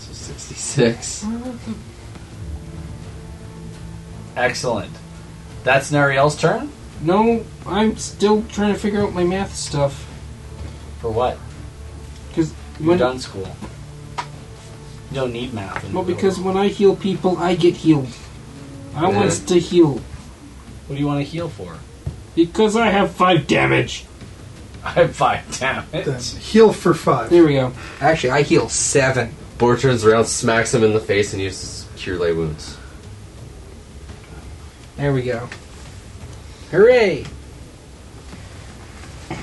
S4: 66.
S3: Excellent. That's Nariel's turn?
S5: No, I'm still trying to figure out my math stuff.
S3: For what?
S5: Because
S3: You're
S5: when
S3: done school. You don't need math. in
S5: well,
S3: the real
S5: because
S3: world.
S5: when I heal people, I get healed. I
S4: Yeah.
S5: want to heal
S3: What do you want to heal for? [LAUGHS]
S5: because I have five damage.
S3: I have five damage.
S2: Then heal for five.
S5: There we go. Actually, I heal seven.
S4: Boar turns around, smacks him in the face, and uses Cure Light Wounds.
S5: There we go. Hooray! [LAUGHS]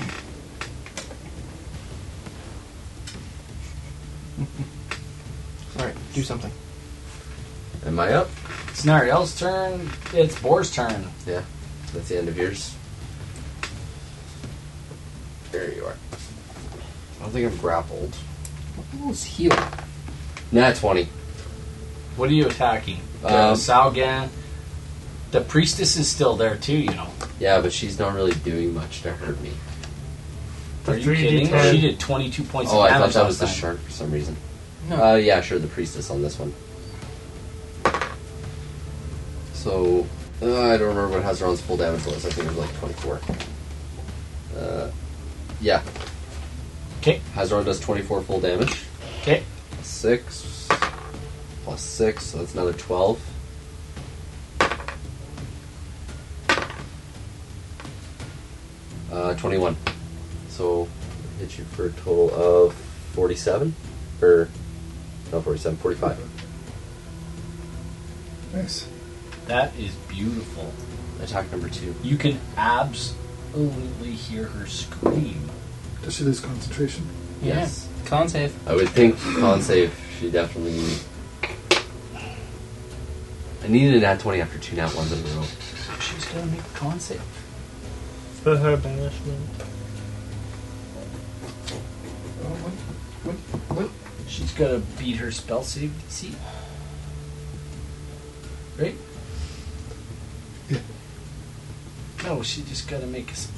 S5: All right, do something.
S4: Am I up?
S3: It's Nariel's turn. It's Boar's turn.
S4: That's the end of yours. There you are. I don't think I'm grappled.
S5: What was heal?
S4: Nah, 20.
S3: What are you attacking? the
S4: Um,
S3: Salgan. The priestess is still there too, you know.
S4: Yeah, but she's not really doing much to hurt me.
S3: Are you
S6: 3D
S3: kidding?
S6: ten.
S3: She did 22 points
S4: Oh,
S3: of
S4: I
S3: damage
S4: thought that was
S3: last
S4: the
S3: time.
S4: shark for some reason.
S5: No.
S4: Uh, yeah, sure, the priestess on this one. So, uh, I don't remember what Hazaron's full damage was. I think it was like 24. Uh, yeah.
S3: 'Kay.
S4: Hazaron does 24 full damage.
S3: 'Kay.
S4: 6 plus 6, so that's another 12. Uh, 21. So, hit you for a total of 47? Or, not 47, 45.
S2: Nice.
S3: That is beautiful.
S4: Attack number 2.
S3: You can absolutely hear her scream.
S2: Does she lose concentration?
S4: Yes.
S5: Con save.
S4: I would think con save, she definitely. I needed an at 20 after two nat 1s in a row.
S3: She's gonna make a con save.
S6: for her banishment.
S3: Oh, She's gonna beat her spell save DC. Right?
S2: Yeah.
S3: No, she just gotta make a. s-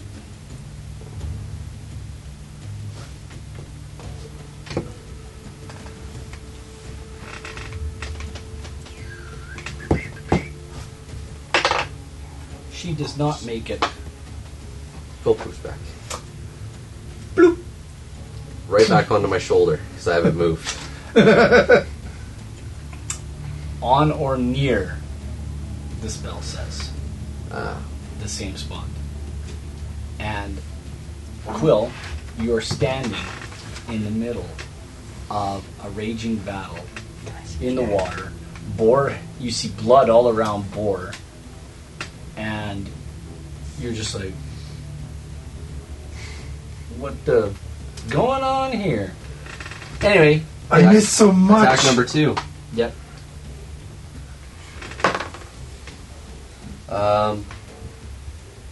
S3: She does not make it.
S8: Phil poops back.
S4: Right back onto my shoulder, because I haven't moved.
S3: on or near, the spell says.
S4: Ah.
S3: The same spot. And Quill, you are standing in the middle of a raging battle in the water. Boar, you see blood all around Boar, and you're just like, "What the going on here?" Anyway,
S2: I
S4: Attack-
S2: missed so much.
S4: Attack number 2.
S3: yep,
S4: Um,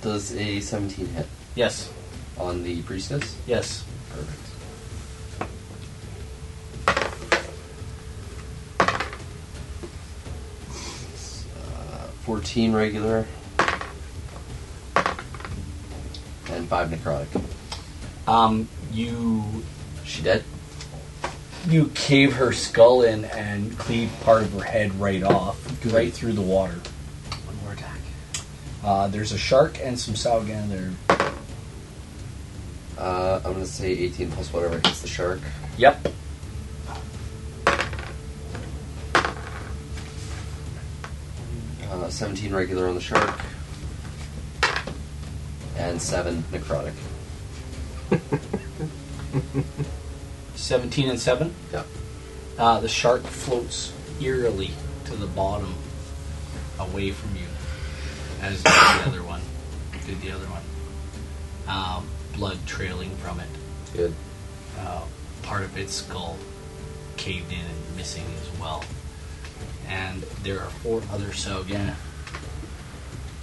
S4: does a 17 hit
S3: yes,
S4: on the priestess?
S3: yes.
S4: Perfect. It's, uh, 14 regular. And 5 necrotic.
S3: Um, you
S4: She dead?
S3: you cave her skull in and cleave part of her head right off, right through the water. One more attack. Uh, there's a shark and some salgan there.
S4: Uh, I'm gonna say 18 plus whatever hits the shark.
S3: Yep.
S4: Uh, 17 regular on the shark. And 7 necrotic.
S3: 17 and 7?
S4: Yeah.
S3: Uh, the shark floats eerily to the bottom, away from you, as did the other one. Did the other one. Um, blood trailing from it.
S4: Good.
S3: uh, part of its skull caved in and missing as well. And there are four other Sogan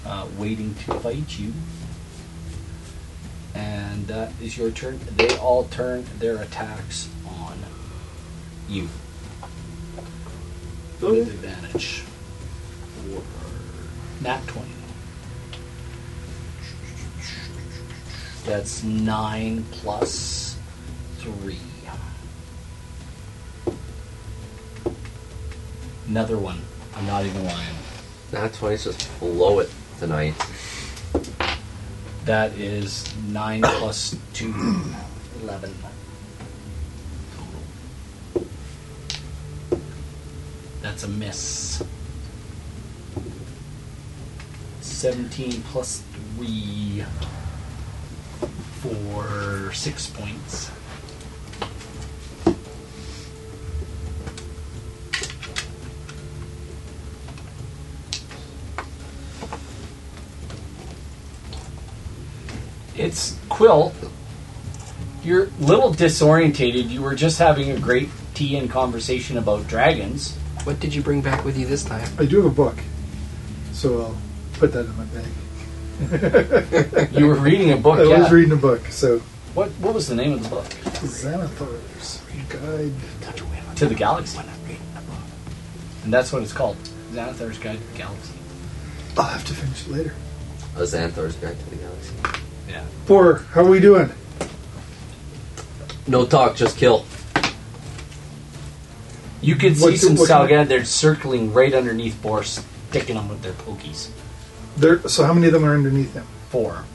S3: uh, waiting to fight you. And that is your turn. They all turn their attacks on you with advantage. Or nat 20. That's 9 plus 3. Another one. I'm not even lying.
S4: That 20's just blow it tonight.
S3: That is 9 plus 2. 11. Total. That's a miss. 17 plus 3 for 6 points. It's Quill. You're a little disorientated. You were just having a great tea and conversation about
S2: [LAUGHS]
S3: dragons.
S5: What did you bring back with you this time?
S2: I do have a book, so I'll put that in my bag.
S3: You were reading a book.
S2: I
S3: yeah.
S2: was reading a book, so
S3: what What was the name of the book?
S2: Xanathar's Guide.
S3: To the Galaxy. And that's what it's called. Xanathar's Guide to the Galaxy.
S2: I'll have to finish it later.
S4: A Xanthar's Guide to the Galaxy.
S3: Yeah.
S2: Four. How are we doing?
S4: No talk, just kill.
S3: You can see
S2: What do-
S3: some
S2: what kind of-
S3: Salgan. They're circling right underneath Boris, sticking them with their pokies.
S2: There. So how many of them are underneath him?
S3: Four.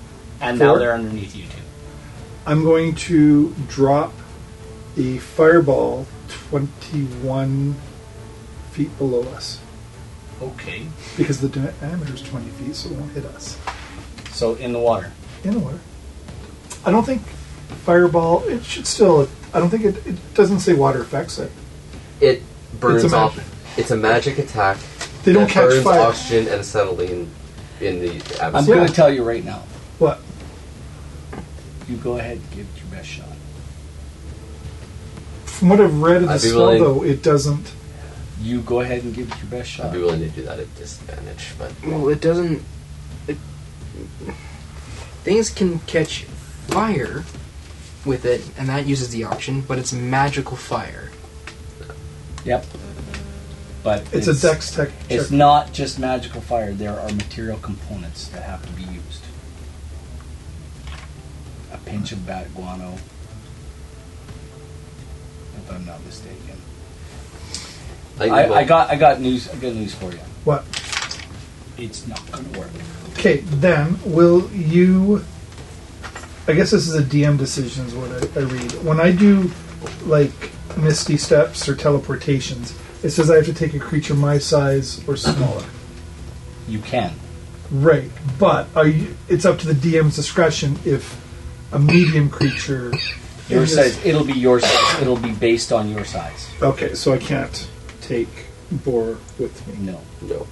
S3: And now
S2: Four?
S3: they're underneath you two.
S2: I'm going to drop a fireball 21 feet below us
S3: Okay.
S2: because the diameter is 20 feet, so it won't hit us.
S3: So in the water.
S2: In the water. I don't think fireball. It should still. I don't think it. It doesn't say water affects it.
S4: It burns
S2: It's a
S4: off.
S2: magic-
S4: It's a magic attack.
S2: They don't
S4: that
S2: catch
S4: burns
S2: fire.
S4: oxygen and acetylene in the
S3: I'm
S4: atmosphere.
S3: going to tell you right now.
S2: What?
S3: You go ahead and give it your best shot.
S2: From what I've read of the
S4: I'd be
S2: spell,
S4: willing-
S2: though, it doesn't.
S3: You go ahead and give it your best
S4: I'd
S3: shot.
S4: be willing to do that at disadvantage, but
S5: Well, it doesn't. It, things can catch fire with it, and that uses the auction, but it's magical fire.
S3: But
S2: It's, a dex tech check.
S3: It's not just magical fire. There are material components that have to be used. A pinch of bat guano, if I'm not mistaken.
S4: I,
S3: I, I got I got news. I got news for you.
S2: What?
S3: It's not going to work.
S2: Okay, then will you? I guess this is a DM decision, is what I, I read. When I do like misty steps or teleportations, it says I have to take a creature my size or smaller.
S3: You can.
S2: right, but are you, it's up to the DM's discretion if a medium creature.
S3: Your
S2: is-
S3: size. It'll be your size. It'll be based on your size.
S2: Okay, so I can't take boar with me.
S3: No.
S4: no.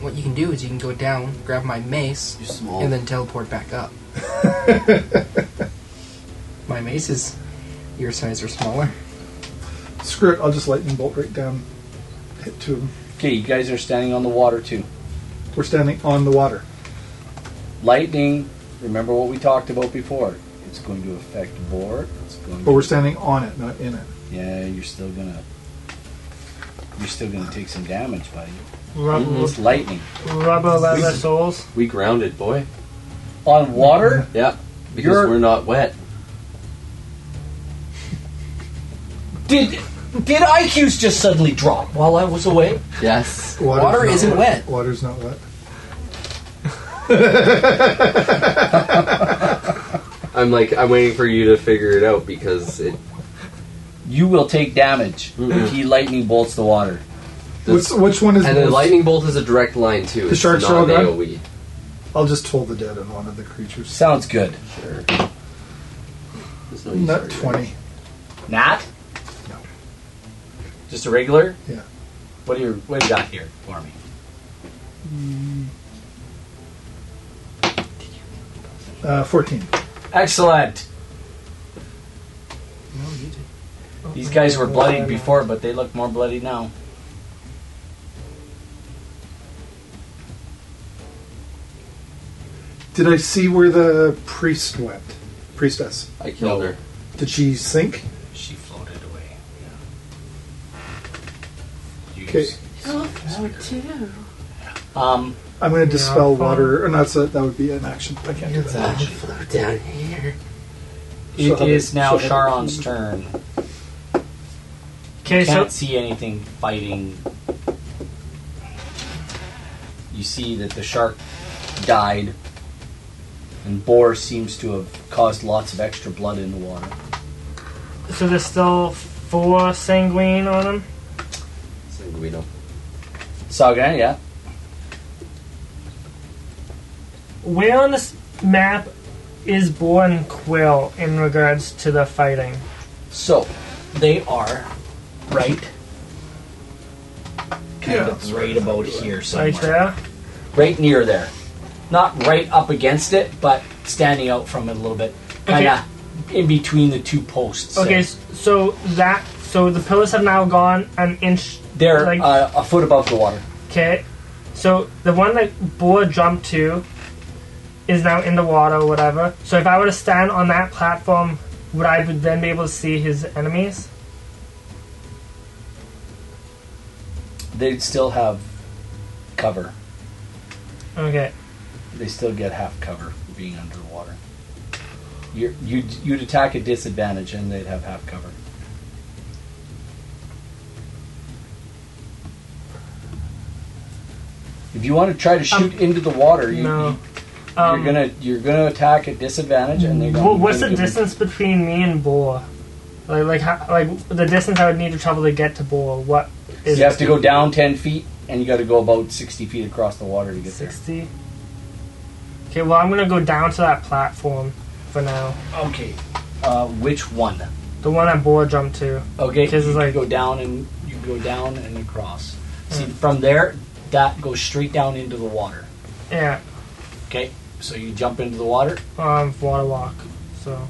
S5: What you can do is you can go down, grab my mace,
S4: You're small.
S5: and then teleport back [LAUGHS] up. my mace is your size or smaller.
S2: Screw it! I'll just lightning bolt right down. Hit two of 'em.
S3: Okay, you guys are standing on the water too.
S2: We're standing on the water.
S3: Lightning. Remember what we talked about before. It's going to affect board. It's going.
S2: But
S3: to
S2: we're standing on it, not in it.
S3: Yeah, you're still gonna. You're still gonna take some damage, buddy. Mm,
S6: Rub,
S3: It's lightning
S6: rub a lot of our souls.
S4: We grounded, boy.
S3: on water.
S4: Yeah, because
S3: You're-
S4: we're not wet.
S3: Did did IQs just suddenly drop while I was away?
S4: [LAUGHS] Yes.
S2: Water's
S5: Water
S2: not
S5: isn't wet.
S2: Water's not wet.
S8: I'm like, I'm waiting for you to figure it out because it.
S3: You will take damage if he lightning bolts the water.
S2: Which, which one is
S4: And
S2: most-
S4: the lightning bolt is a direct line too.
S2: The
S4: it's
S2: sharks
S4: not
S2: are all gone?
S4: AOE.
S2: I'll just toll the dead on one of the creatures.
S3: Sounds good.
S4: Sure. There's no use
S2: Not
S4: arguing.
S2: 20.
S3: Nat?
S2: No.
S3: Just a regular?
S2: Yeah.
S3: What do you what do you got here for me?
S2: Uh, 14.
S3: Excellent.
S5: No, you did. Oh,
S3: These guys were bloodied before, but they look more bloody now.
S2: Did I see where the priest went? Priestess.
S4: I killed her.
S2: Did she sink?
S3: She floated away. Yeah.
S2: Okay.
S3: Use- Um
S2: I'm going to dispel
S6: fine.
S2: water. Or not, so that would be an action. I can't do that.
S5: I'll float down here.
S3: It
S2: So-
S3: is now
S2: so-
S3: Sharon's turn.
S6: Okay, so
S3: can't see anything fighting. You see that the shark died, and boar seems to have caused lots of extra blood in the water.
S6: so there's still four sanguine on them.
S4: Sanguino.
S3: Saga, yeah.
S6: Where on this map is Born Quill in regards to the fighting?
S3: So they are right, kind of right about here somewhere,
S6: Right there.
S3: right near there. Not right up against it, but standing out from it a little bit, kind of in between the two posts.
S6: Okay,
S3: there.
S6: s- so that so the pillars have now gone an inch.
S3: They're
S6: like-
S3: uh, a foot above the water.
S6: Okay, so the one that Boar jumped to is now in the water or whatever. So if I were to stand on that platform, would I be- then be able to see his enemies?
S3: They'd still have cover.
S6: Okay,
S3: They still get half cover for being underwater. You're, you'd, you'd attack at disadvantage, and they'd have half cover. If you want to try to shoot into the water, you,
S6: Um, no.
S3: you, you're gonna you're gonna attack at disadvantage, and they're gonna.
S6: Well, what's the
S3: they're gonna-
S6: distance between me and Boar? Like, like, how, like the distance I would need to travel to get to Boar. What
S3: So
S6: is
S3: you have to go down ten feet, and you got to go about sixty feet across the water to get there.
S6: sixty? Okay, well, I'm gonna go down to that platform for now.
S3: Okay, uh, which one?
S6: The one that Boar jumped to.
S3: Okay,
S6: Because
S3: you
S6: it's like-
S3: go down and you go down and across. See, from there, that goes straight down into the water.
S6: Yeah,
S3: Okay, so you jump into the water.
S6: um, water walk. So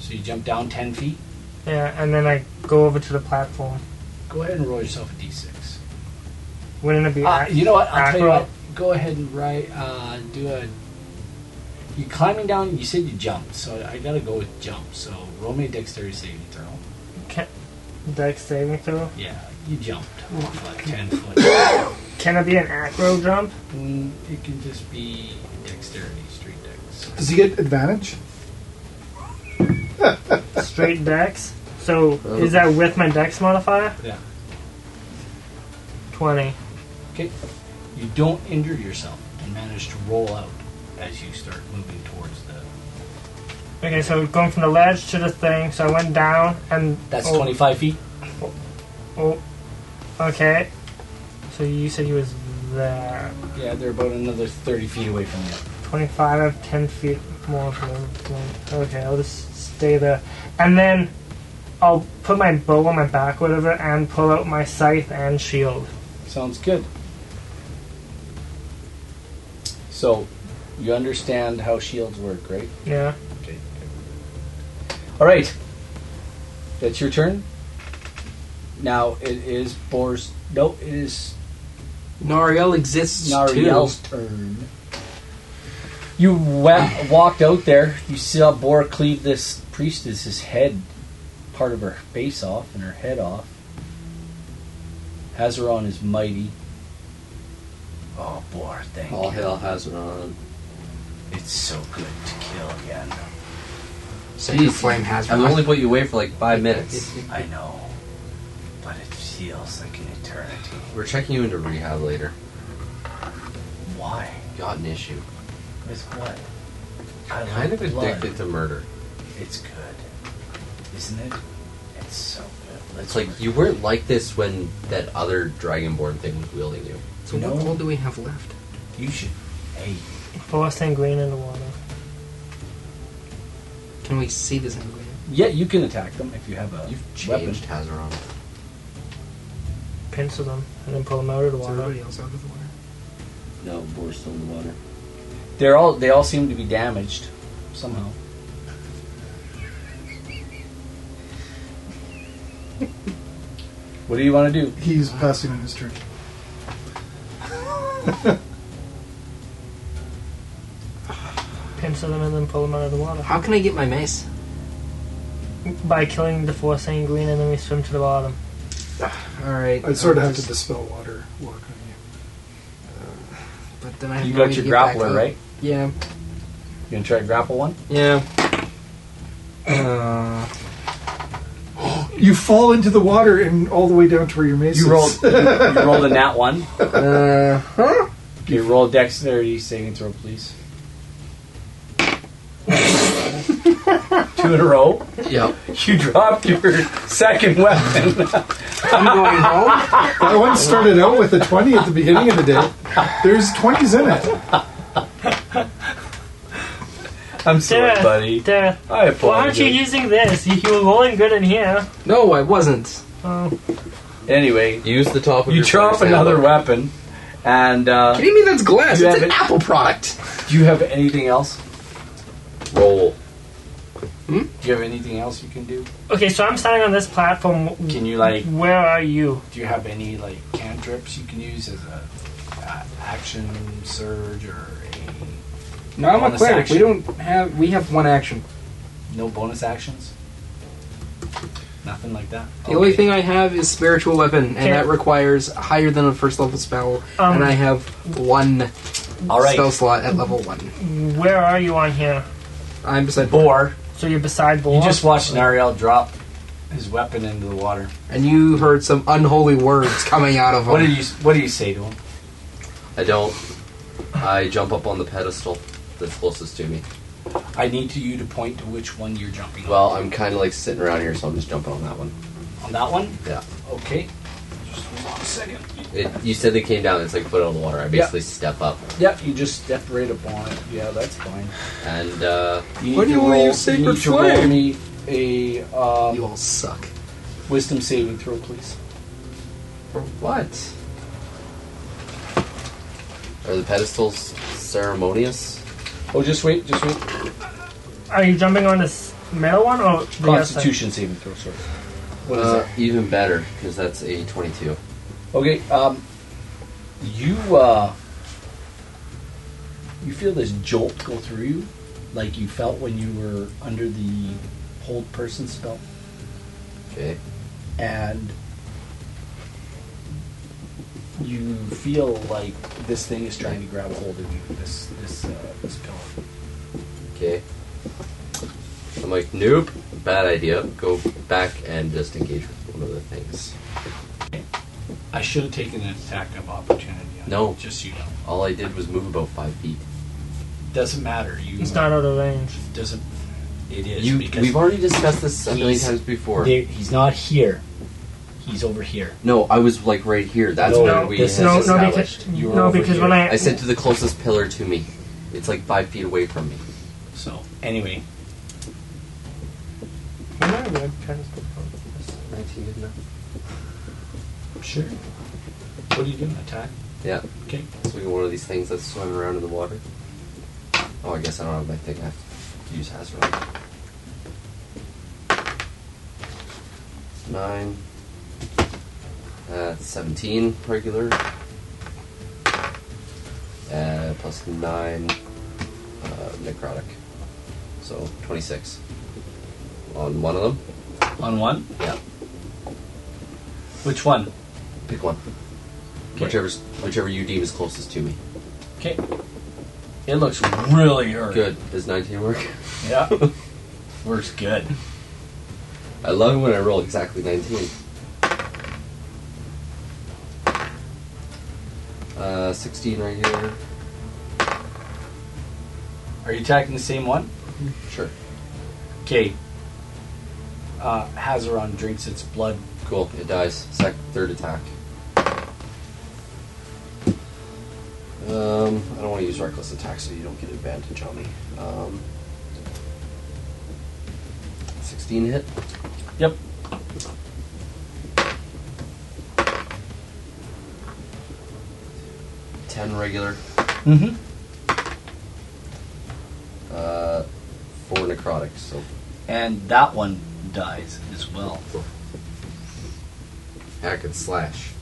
S3: So you jump down ten feet.
S6: yeah, and then I go over to the platform.
S3: Go ahead and roll yourself a d6.
S6: Wouldn't it be?
S3: Uh,
S6: ac-
S3: you know what? I'll tell you
S6: acro?
S3: what. Go ahead and write. Uh, do a. You're climbing down. You said you jumped, so I gotta go with jump. So roll me a dexterity saving throw.
S6: Can, dex saving throw.
S3: Yeah, you jumped like ten foot.
S6: Can it be an acro jump?
S3: Mm, it can just be dexterity, straight dex.
S2: Does he get advantage?
S6: Straight dex. So is that with my dex modifier?
S3: Yeah.
S6: Twenty.
S3: Okay. You don't injure yourself and manage to roll out as you start moving towards the.
S6: Okay, so going from the ledge to the thing. So I went down and
S3: That's
S6: oh,
S3: 25 feet.
S6: Oh, okay. So you said he was there.
S3: Yeah, they're about another 30 feet away from you.
S6: Twenty-five of ten feet more. from the- Okay, I'll just stay there, and then I'll put my bow on my back, whatever, and pull out my scythe and shield.
S3: Sounds good. So, you understand how shields work, right?
S6: Yeah.
S3: Okay. All right. That's your turn. Now it is Boar's. No, it is
S5: Nariel exists
S3: Nariel's turn. You wa- walked out there. You saw Bor cleave this priestess's head, part of her face off and her head off. Hazaron is mighty. Oh, Bor, thank
S4: All
S3: you.
S4: hail Hazaron.
S3: It's so good to kill again.
S5: too. Sacred flame has
S4: I've
S5: one.
S4: only put you away for like [LAUGHS] five minutes.
S3: I know, but it feels like an eternity.
S4: We're checking you into rehab later.
S3: Why?
S4: Got an issue.
S3: With what? I
S4: I'm kind
S3: like
S4: of
S3: blood.
S4: addicted to murder.
S3: It's good, isn't it? It's so good.
S4: It's like you weren't like this when that other dragonborn thing was wielding you.
S5: So
S3: No.
S5: what all do we have left?
S3: You should. Hey,
S6: Four sanguine in the water.
S5: Can we see this angle?
S3: yeah, you can attack them if you have a
S4: You've changed Hazaron.
S6: Pinch them and then pull them out of the
S5: Is
S6: water.
S5: everybody else out of the water?
S4: No, we're still in the water.
S3: They're all. They all seem to be damaged somehow. what do you want to do?
S2: He's passing on his turn.
S6: Pinch them and then pull them out of the water.
S5: How can I get my mace?
S6: By killing the four sanguine and then we swim to the bottom.
S5: All right. um,
S2: I sort of
S5: I'll
S2: have to
S5: just-
S2: dispel water work on you.
S5: But then I have
S3: You
S5: no way
S3: got
S5: to
S3: your
S5: get back
S3: grappler,
S5: up.
S3: right?
S5: Yeah.
S3: You gonna try to grapple one?
S5: Yeah. Uh,
S2: You fall into the water and all the way down to where your mace
S3: You
S2: is.
S3: rolled, you, [LAUGHS] you rolled a nat one.
S5: [LAUGHS] Uh huh.
S3: Okay, roll dexterity saving throw, please. Two in a row.
S5: Yep.
S3: [LAUGHS] You dropped your second weapon.
S5: I'm going home.
S2: That one started out with a 20 at the beginning of the day. There's 20s in it.
S3: I'm sorry,
S6: Death.
S3: buddy.
S6: Death.
S3: I apologize.
S6: Why aren't you using this? You, you were rolling good in here.
S5: No, I wasn't.
S6: Oh,
S3: Anyway,
S8: Use the top of
S3: you
S8: your
S3: drop
S8: player's
S3: another
S8: handbook.
S3: weapon, and uh,
S5: Kidding me? That's glass.
S3: You
S5: it's
S3: have
S5: an
S3: it.
S5: Apple product.
S3: do you have anything else? Hmm?
S8: Roll.
S3: Do you have anything else you can do?
S6: okay, so I'm standing on this platform.
S3: Can you like?
S6: Where are you?
S3: Do you have any like cantrips you can use as a uh, action surge or a,
S5: No, I'm a
S3: Bonus
S5: cleric. We
S3: action.
S5: don't have. We have one action.
S3: no bonus actions? Nothing like that.
S5: The only thing I have is spiritual weapon, and
S6: Okay.
S5: that requires higher than a first level spell.
S6: Um,
S5: and I have one
S3: All right.
S5: spell slot at level one.
S6: Where are you on here?
S5: I'm beside
S3: Boar.
S6: So you're beside Boar.
S3: You just watched Nariel drop his weapon into the water.
S5: and you heard some unholy words coming out of him.
S3: What do you What do you say to him?
S4: I don't. I jump up on the pedestal that's closest to me.
S3: I need to you to point to which one you're jumping. on.
S4: Well, I'm kind of like sitting around here, so I'm just jumping on that one.
S3: on that one.
S4: Yeah.
S3: Okay. Just hold on a second.
S4: It, you said they came down. It's like foot out of the water. I basically step up,
S3: Yep. You just step right upon it. Yeah, that's fine.
S4: and uh,
S3: You
S5: Why
S3: need
S5: do you
S3: to
S5: wanna
S3: roll-
S5: use
S3: you need
S5: sacred
S3: to roll
S5: flame?
S3: me a um,
S5: You all suck.
S3: wisdom saving throw, please.
S5: For what?
S4: are the pedestals ceremonious?
S3: Oh, just wait. Just wait.
S6: Are you jumping on this metal one Oh, or the other side?
S3: Constitution saving throw. Sorry. What is
S4: Uh,
S3: that?
S4: even better because that's a twenty-two.
S3: Okay. Um, you uh, you feel this jolt go through you, like you felt when you were under the hold person spell,
S4: Okay.
S3: and you feel like this thing is trying to grab a hold of you. This this uh, this pillar.
S4: Okay. I'm like, nope, bad idea. Go back and just engage with one of the things.
S3: I should have taken an attack of opportunity. on
S4: No.
S3: you, just so you know,
S4: All I did was move about five feet.
S3: doesn't matter. You
S6: He's not out of range.
S3: doesn't. It is
S4: You,
S3: because
S4: we've already discussed this a million
S3: He's-
S4: times before.
S3: They- he's not here. He's over here.
S4: no, I was like right here. That's
S3: No,
S4: where we had
S3: Oh, this is- no,
S6: no,
S4: established.
S6: because,
S3: You were
S6: no,
S3: over
S6: because
S3: here.
S6: when I,
S4: I said to the closest pillar to me. It's like five feet away from me.
S3: So anyway,
S6: When I read Transcript of this,
S4: 19 didn't I?
S3: sure. What are you doing? Attack.
S4: Yeah.
S3: Okay.
S4: So we get one of these things that's swimming around in the water. Oh, I guess I don't have my thing. I have to use hazard. Nine. Uh, 17 regular. Uh, plus 9 uh, necrotic. So 26. On one of them?
S3: On one.
S4: Yeah.
S3: Which one?
S4: Pick one. Whichever's, whichever you deem is closest to me.
S3: Okay. It looks really hurt.
S4: Good. Does 19 work?
S3: [LAUGHS] Yeah. Works good.
S4: I love it when I roll exactly 19. Uh, 16 right here.
S3: Are you attacking the same one?
S4: Sure.
S3: Okay. Uh, Hazaron drinks its blood.
S4: Cool. It dies. Sec- third attack. Um, I don't want to use reckless attack so you don't get advantage on me. Um, 16 hit.
S3: Yep.
S4: Ten regular.
S3: Mm-hmm.
S4: Uh, four necrotic. So
S3: And that one dies as well.
S4: hack and slash.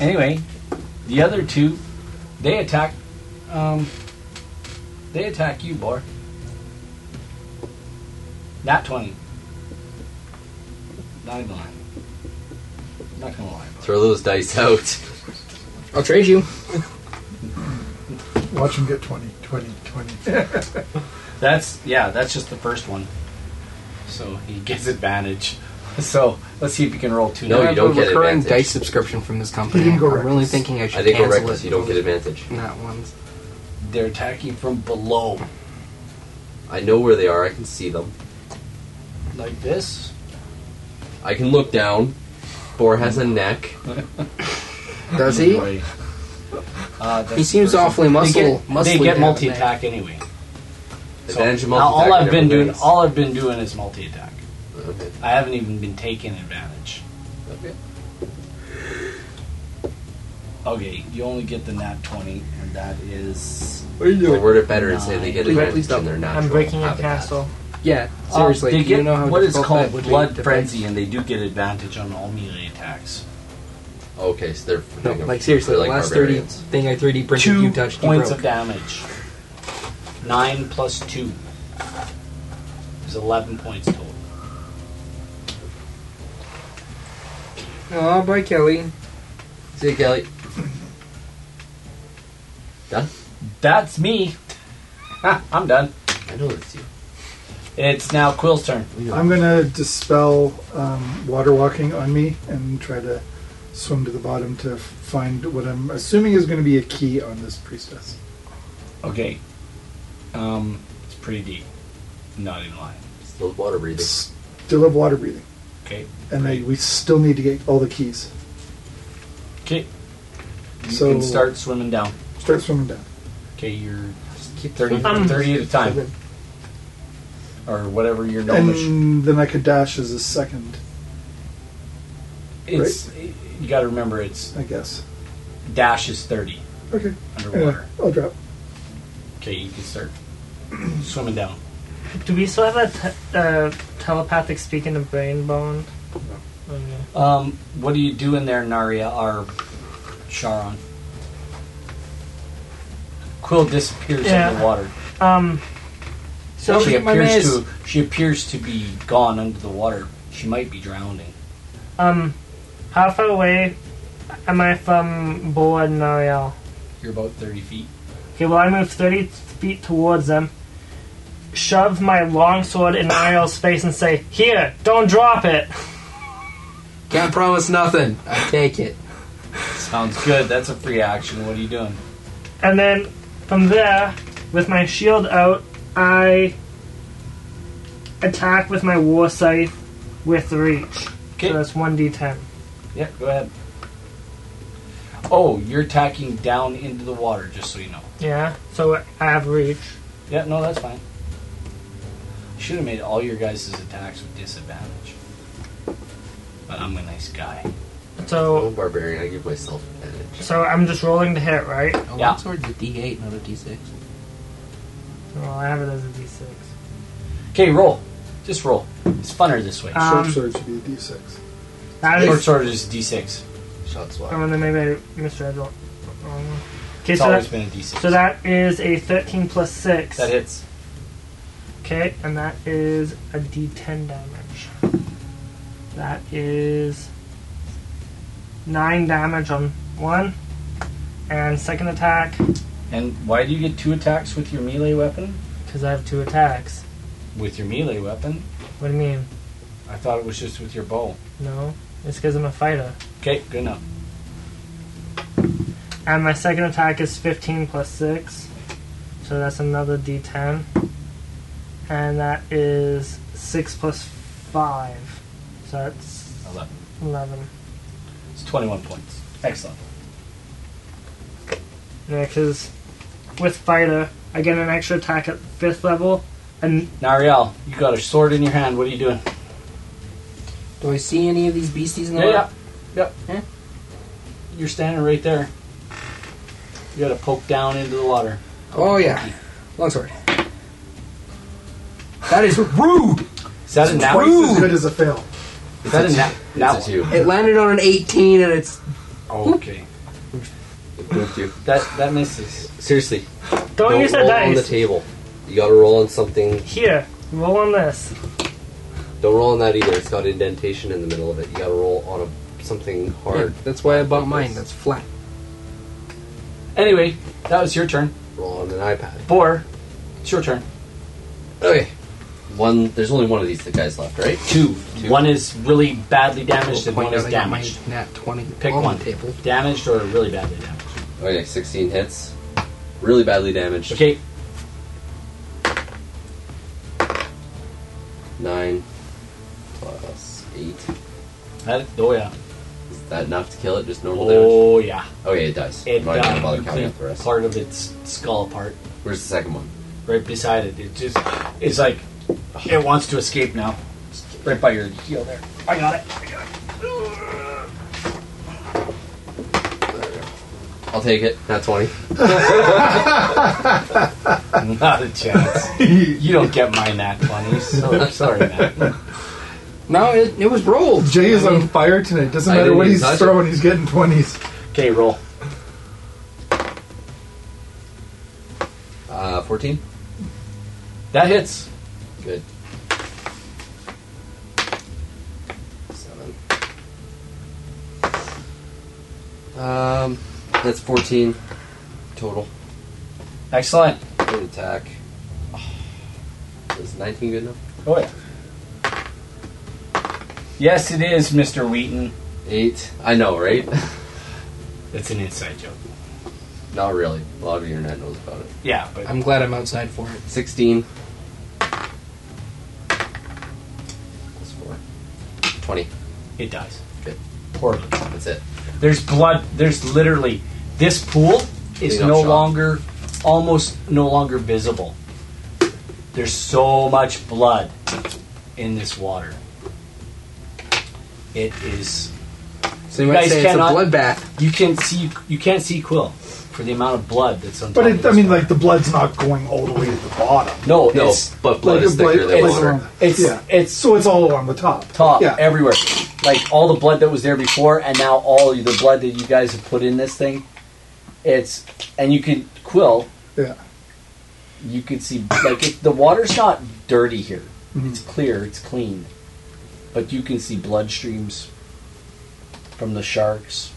S3: Anyway, the other two, they attack. Um, they attack you, Bor. Not twenty. Not gonna lie. Not gonna lie. Bor.
S4: Throw those dice [LAUGHS] out.
S5: I'll trade you.
S2: Watch him get 20, 20, 20.
S3: That's yeah. That's just the first one. so he gets advantage. [LAUGHS] So let's see if you can roll two.
S4: No,
S5: I
S4: you
S5: have
S4: don't
S5: a
S4: get
S5: recurring
S4: advantage.
S5: dice subscription from this company.
S2: You didn't go
S5: I'm really
S2: reckless.
S5: thinking I should
S4: I did go
S5: cancel
S4: reckless.
S5: it.
S4: You don't get advantage.
S5: Not once.
S3: They're attacking from below,
S4: I know where they are. I can see them.
S3: like this.
S4: I can look down. Boar has a neck.
S5: Does he?
S3: Right. Uh, that's
S5: He seems
S3: the first
S5: awful
S3: one.
S5: muscle-
S3: They get,
S5: muscly
S3: they get
S5: down
S3: multi
S5: there.
S3: attack anyway. So,
S4: Advantage of
S3: now all
S4: multi-attack
S3: I've been
S4: in
S3: doing,
S4: different ways.
S3: all I've been doing is multi attack.
S4: Okay.
S3: I haven't even been taking advantage.
S4: Okay.
S3: Okay, you only get the nat twenty, and that is
S5: What are you
S4: Or word it better and say they get
S5: Please,
S4: advantage
S5: please stop.
S4: in their natural
S6: I'm breaking a
S4: habitat.
S6: castle.
S5: Yeah,
S3: Uh,
S5: seriously.
S3: they
S5: do you
S3: get
S5: know how
S3: what is
S5: difficult
S3: called
S5: that would be
S3: blood
S5: to
S3: frenzy,
S5: fight?
S3: and they do get advantage on all melee attacks.
S4: Okay, so they're
S5: No,
S4: they're
S5: like seriously, the
S4: like
S5: last thirty
S4: barbarians.
S5: thing I 3D printed
S3: two
S5: you touched, you
S3: points of
S5: broke.
S3: damage. Nine plus two is eleven points total.
S5: Aw, bye, Kelly.
S4: See, Kelly.
S3: That's
S5: [LAUGHS]
S3: me. I'm done.
S4: I know that's you.
S3: It's now Quill's turn.
S2: I'm gonna dispel um, water walking on me and try to swim to the bottom to f- find what I'm assuming is going to be a key on this priestess.
S3: Okay. Um, it's pretty deep. Not in line.
S4: Still water breathing.
S2: Still have water breathing,
S3: Okay.
S2: and I, we still need to get all the keys.
S3: Okay. You
S2: So-
S3: can start swimming down.
S2: Start swimming down.
S3: Okay, you're
S5: Just keep
S3: 30,
S6: Um,
S3: 30 at a time, or whatever your gnomish.
S2: And then I could dash as a second,
S3: It's you got to remember it's
S2: I guess.
S3: dash is thirty
S2: Okay. Anyway,
S3: underwater.
S2: I'll drop.
S3: Okay, you can start swimming down.
S6: Do we still have that te- uh, telepathic speak in the brain bone? Okay.
S3: Um, what do you do in there, Naria or Sharon? Quill disappears
S6: Yeah.
S3: under water.
S6: Um,
S5: Don't
S3: she
S5: forget my
S3: appears
S5: mace.
S3: to she appears to be gone under the water. She might be drowning.
S6: um, how far away am I from Boa and Nariel?
S3: You're about thirty feet.
S6: Okay, well, I move 30 feet towards them, shove my longsword in Nariel's face, and say, Here, don't drop it!
S5: Can't promise nothing. I take it.
S3: Sounds good. That's a free action. What are you doing?
S6: And then from there, with my shield out, I attack with my war scythe with reach.
S3: Okay.
S6: So that's 1d10.
S3: Yeah, go ahead. Oh, you're attacking down into the water, just so you know.
S6: Yeah, so I have reach.
S3: Yeah, no, that's fine. Should have made all your guys' attacks with disadvantage. But I'm a nice guy.
S4: Oh,
S6: So,
S4: barbarian! I give myself advantage.
S6: so I'm just rolling to hit, right?
S5: A
S3: Yeah.
S5: longsword's a D8, not a D6.
S6: Well, I have it as a d6.
S3: Okay, roll. Just roll. It's funner this way.
S6: Um,
S2: Short sword should be a d6.
S6: That
S3: Short
S6: is.
S3: sword is d6.
S4: Shot
S6: Oh,
S4: swap.
S6: and then maybe I misread the wrong one. Okay,
S3: It's
S6: so
S3: always
S6: that,
S3: been a d6.
S6: so that is a 13 plus 6.
S3: That hits.
S6: Okay, and that is a d10 damage. That is 9 damage on one. And second attack,
S3: And why do you get two attacks with your melee weapon?
S6: because I have two attacks.
S3: With your melee weapon?
S6: What do you mean?
S3: I thought it was just with your bow.
S6: No, it's because I'm a fighter.
S3: Okay, good enough.
S6: And my second attack is 15 plus 6. So that's another d10. And that is 6 plus 5. So that's
S3: 11.
S6: 11.
S3: It's 21 points. Excellent.
S6: Yeah, because with fighter, I get an extra attack at 5th level. And
S3: Nariel, you got a sword in your hand. What are you doing?
S5: Do I see any of these beasties in the
S3: Yeah,
S5: water?
S3: yeah. Yep.
S5: Yeah.
S3: You're standing right there. You gotta poke down into the water.
S5: Oh, yeah. Longsword. That is rude!
S3: Is that a nat?
S5: True.
S2: As good as a fail.
S3: Is that a nat?
S4: It's a
S3: Nat
S4: two.
S5: It landed on an 18 and it's.
S3: one? Okay.
S4: Move two.
S3: That that misses.
S8: Seriously,
S6: [LAUGHS] don't,
S8: don't
S6: use that
S8: roll on the
S6: dice.
S8: table. You gotta roll on something.
S6: Here, roll on this.
S8: Don't roll on that either. It's got indentation in the middle of it. You gotta roll on a something hard.
S5: That's why I bought mine, that's flat.
S3: Anyway, that was your turn.
S8: Roll on an iPad.
S3: Boar, it's your turn.
S8: Okay.
S4: One, there's only one of these guys left, right?
S3: Two.
S4: Two.
S3: One is really badly damaged, and
S5: Point
S3: one is
S5: out I got my
S3: damaged.
S5: nat 20
S3: Pick
S5: on
S3: one.
S5: table.
S3: Damaged or really badly damaged.
S4: Okay, 16 hits. Really badly damaged.
S3: Okay,
S4: Nine plus eight.
S3: that, oh yeah,
S4: Is that enough to kill it? Just normal damage?
S3: oh yeah.
S4: Okay, it dies.
S3: It
S4: I'm not gonna
S3: got
S4: bother
S3: you
S4: counting
S3: clean
S4: up the rest.
S3: part of its skull apart,
S4: Where's the second one?
S3: right beside it. It just, it's like, it wants to escape now. It's Right by your heel there. I got it. I got it.
S4: I'll take it.
S8: Not 20.
S3: [LAUGHS] Not a chance. [LAUGHS] you don't get my nat 20s, so I'm sorry, Matt.
S5: No, it, it was rolled.
S2: Jay is
S5: I mean,
S2: on fire tonight. Doesn't
S4: I
S2: matter
S4: didn't
S2: what
S4: even
S2: he's
S4: touch it.
S2: throwing, he's getting 20s.
S3: Okay, roll.
S4: Uh, 14?
S3: That hits.
S4: Good. Seven. Um, that's 14 total.
S3: Excellent.
S4: Good attack. Is 19 good enough?
S3: Oh yeah. Yes, it is, Mr. Wheaton.
S4: Eight. I know, right?
S8: [LAUGHS]
S3: It's an inside joke.
S4: Not really. A lot of the internet knows about it.
S3: Yeah, but
S5: I'm glad I'm outside for it.
S4: 16. Plus 4. 20.
S3: it dies.
S4: Good.
S3: Poorly.
S4: That's it.
S3: There's blood. There's literally this pool is
S4: Clean up
S3: no
S4: shop.
S3: longer, almost no longer visible. There's so much blood in this water. It is.
S5: So you
S3: You
S5: might
S3: guys
S5: say
S3: cannot-
S5: it's a bloodbath.
S3: You can see. You can't see Quill for the amount of blood that's on.
S2: But
S3: top of
S2: it, I
S3: this
S2: mean,
S3: water.
S2: like, the blood's not going all the way to the bottom.
S3: no,
S4: No,
S3: it's
S4: but blood
S2: like
S4: is
S2: a blood-
S4: thicker than
S2: it's-
S4: water.
S3: it's
S2: yeah.
S3: it's
S2: So it's all on the top.
S3: top
S2: Yeah.
S3: everywhere. Like all the blood that was there before, and now all the blood that you guys have put in this thing. It's and you could quill.
S2: Yeah.
S3: You could see like it, the water's not dirty here.
S2: Mm-hmm.
S3: It's clear. It's clean. But you can see blood streams from the sharks,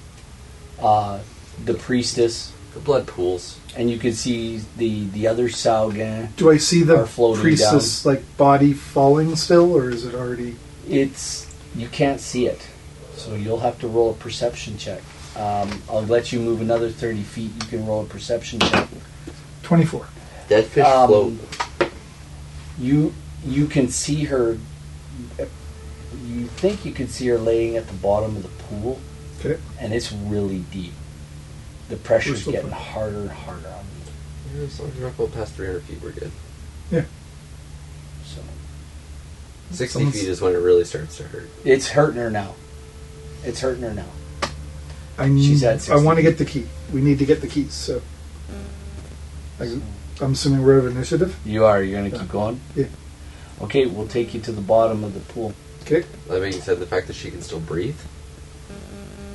S3: uh, the priestess,
S4: The blood pools.
S3: and you can see the the other Saugan.
S2: Do I see the
S3: Are floating
S2: priestess, like, body falling still, or is it already.
S3: It's you can't see it, so you'll have to roll a perception check. Um, I'll let you move another thirty feet. You can roll a perception check.
S2: 24.
S8: Dead fish
S3: Um,
S8: float.
S3: You you can see her. You think you can see her laying at the bottom of the pool,
S2: Okay.
S3: and it's really deep. The
S2: We're
S3: pressure's
S2: still
S3: getting
S2: fine.
S3: harder and harder on you.
S8: Yeah, As long as you're not going past 300 feet, we're good.
S3: So
S8: 60
S2: Someone's-
S8: feet is when it really starts to hurt.
S3: it's hurting her now. It's hurting her now.
S2: I need,
S3: She's at
S2: I
S3: 60.
S2: want to get the key. We need to get the keys, so. I, I'm assuming we're out of initiative.
S3: You are. You're gonna keep going.
S2: Yeah.
S3: Okay, we'll take you to the bottom of the pool.
S2: Okay.
S8: That being said, the fact that she can still breathe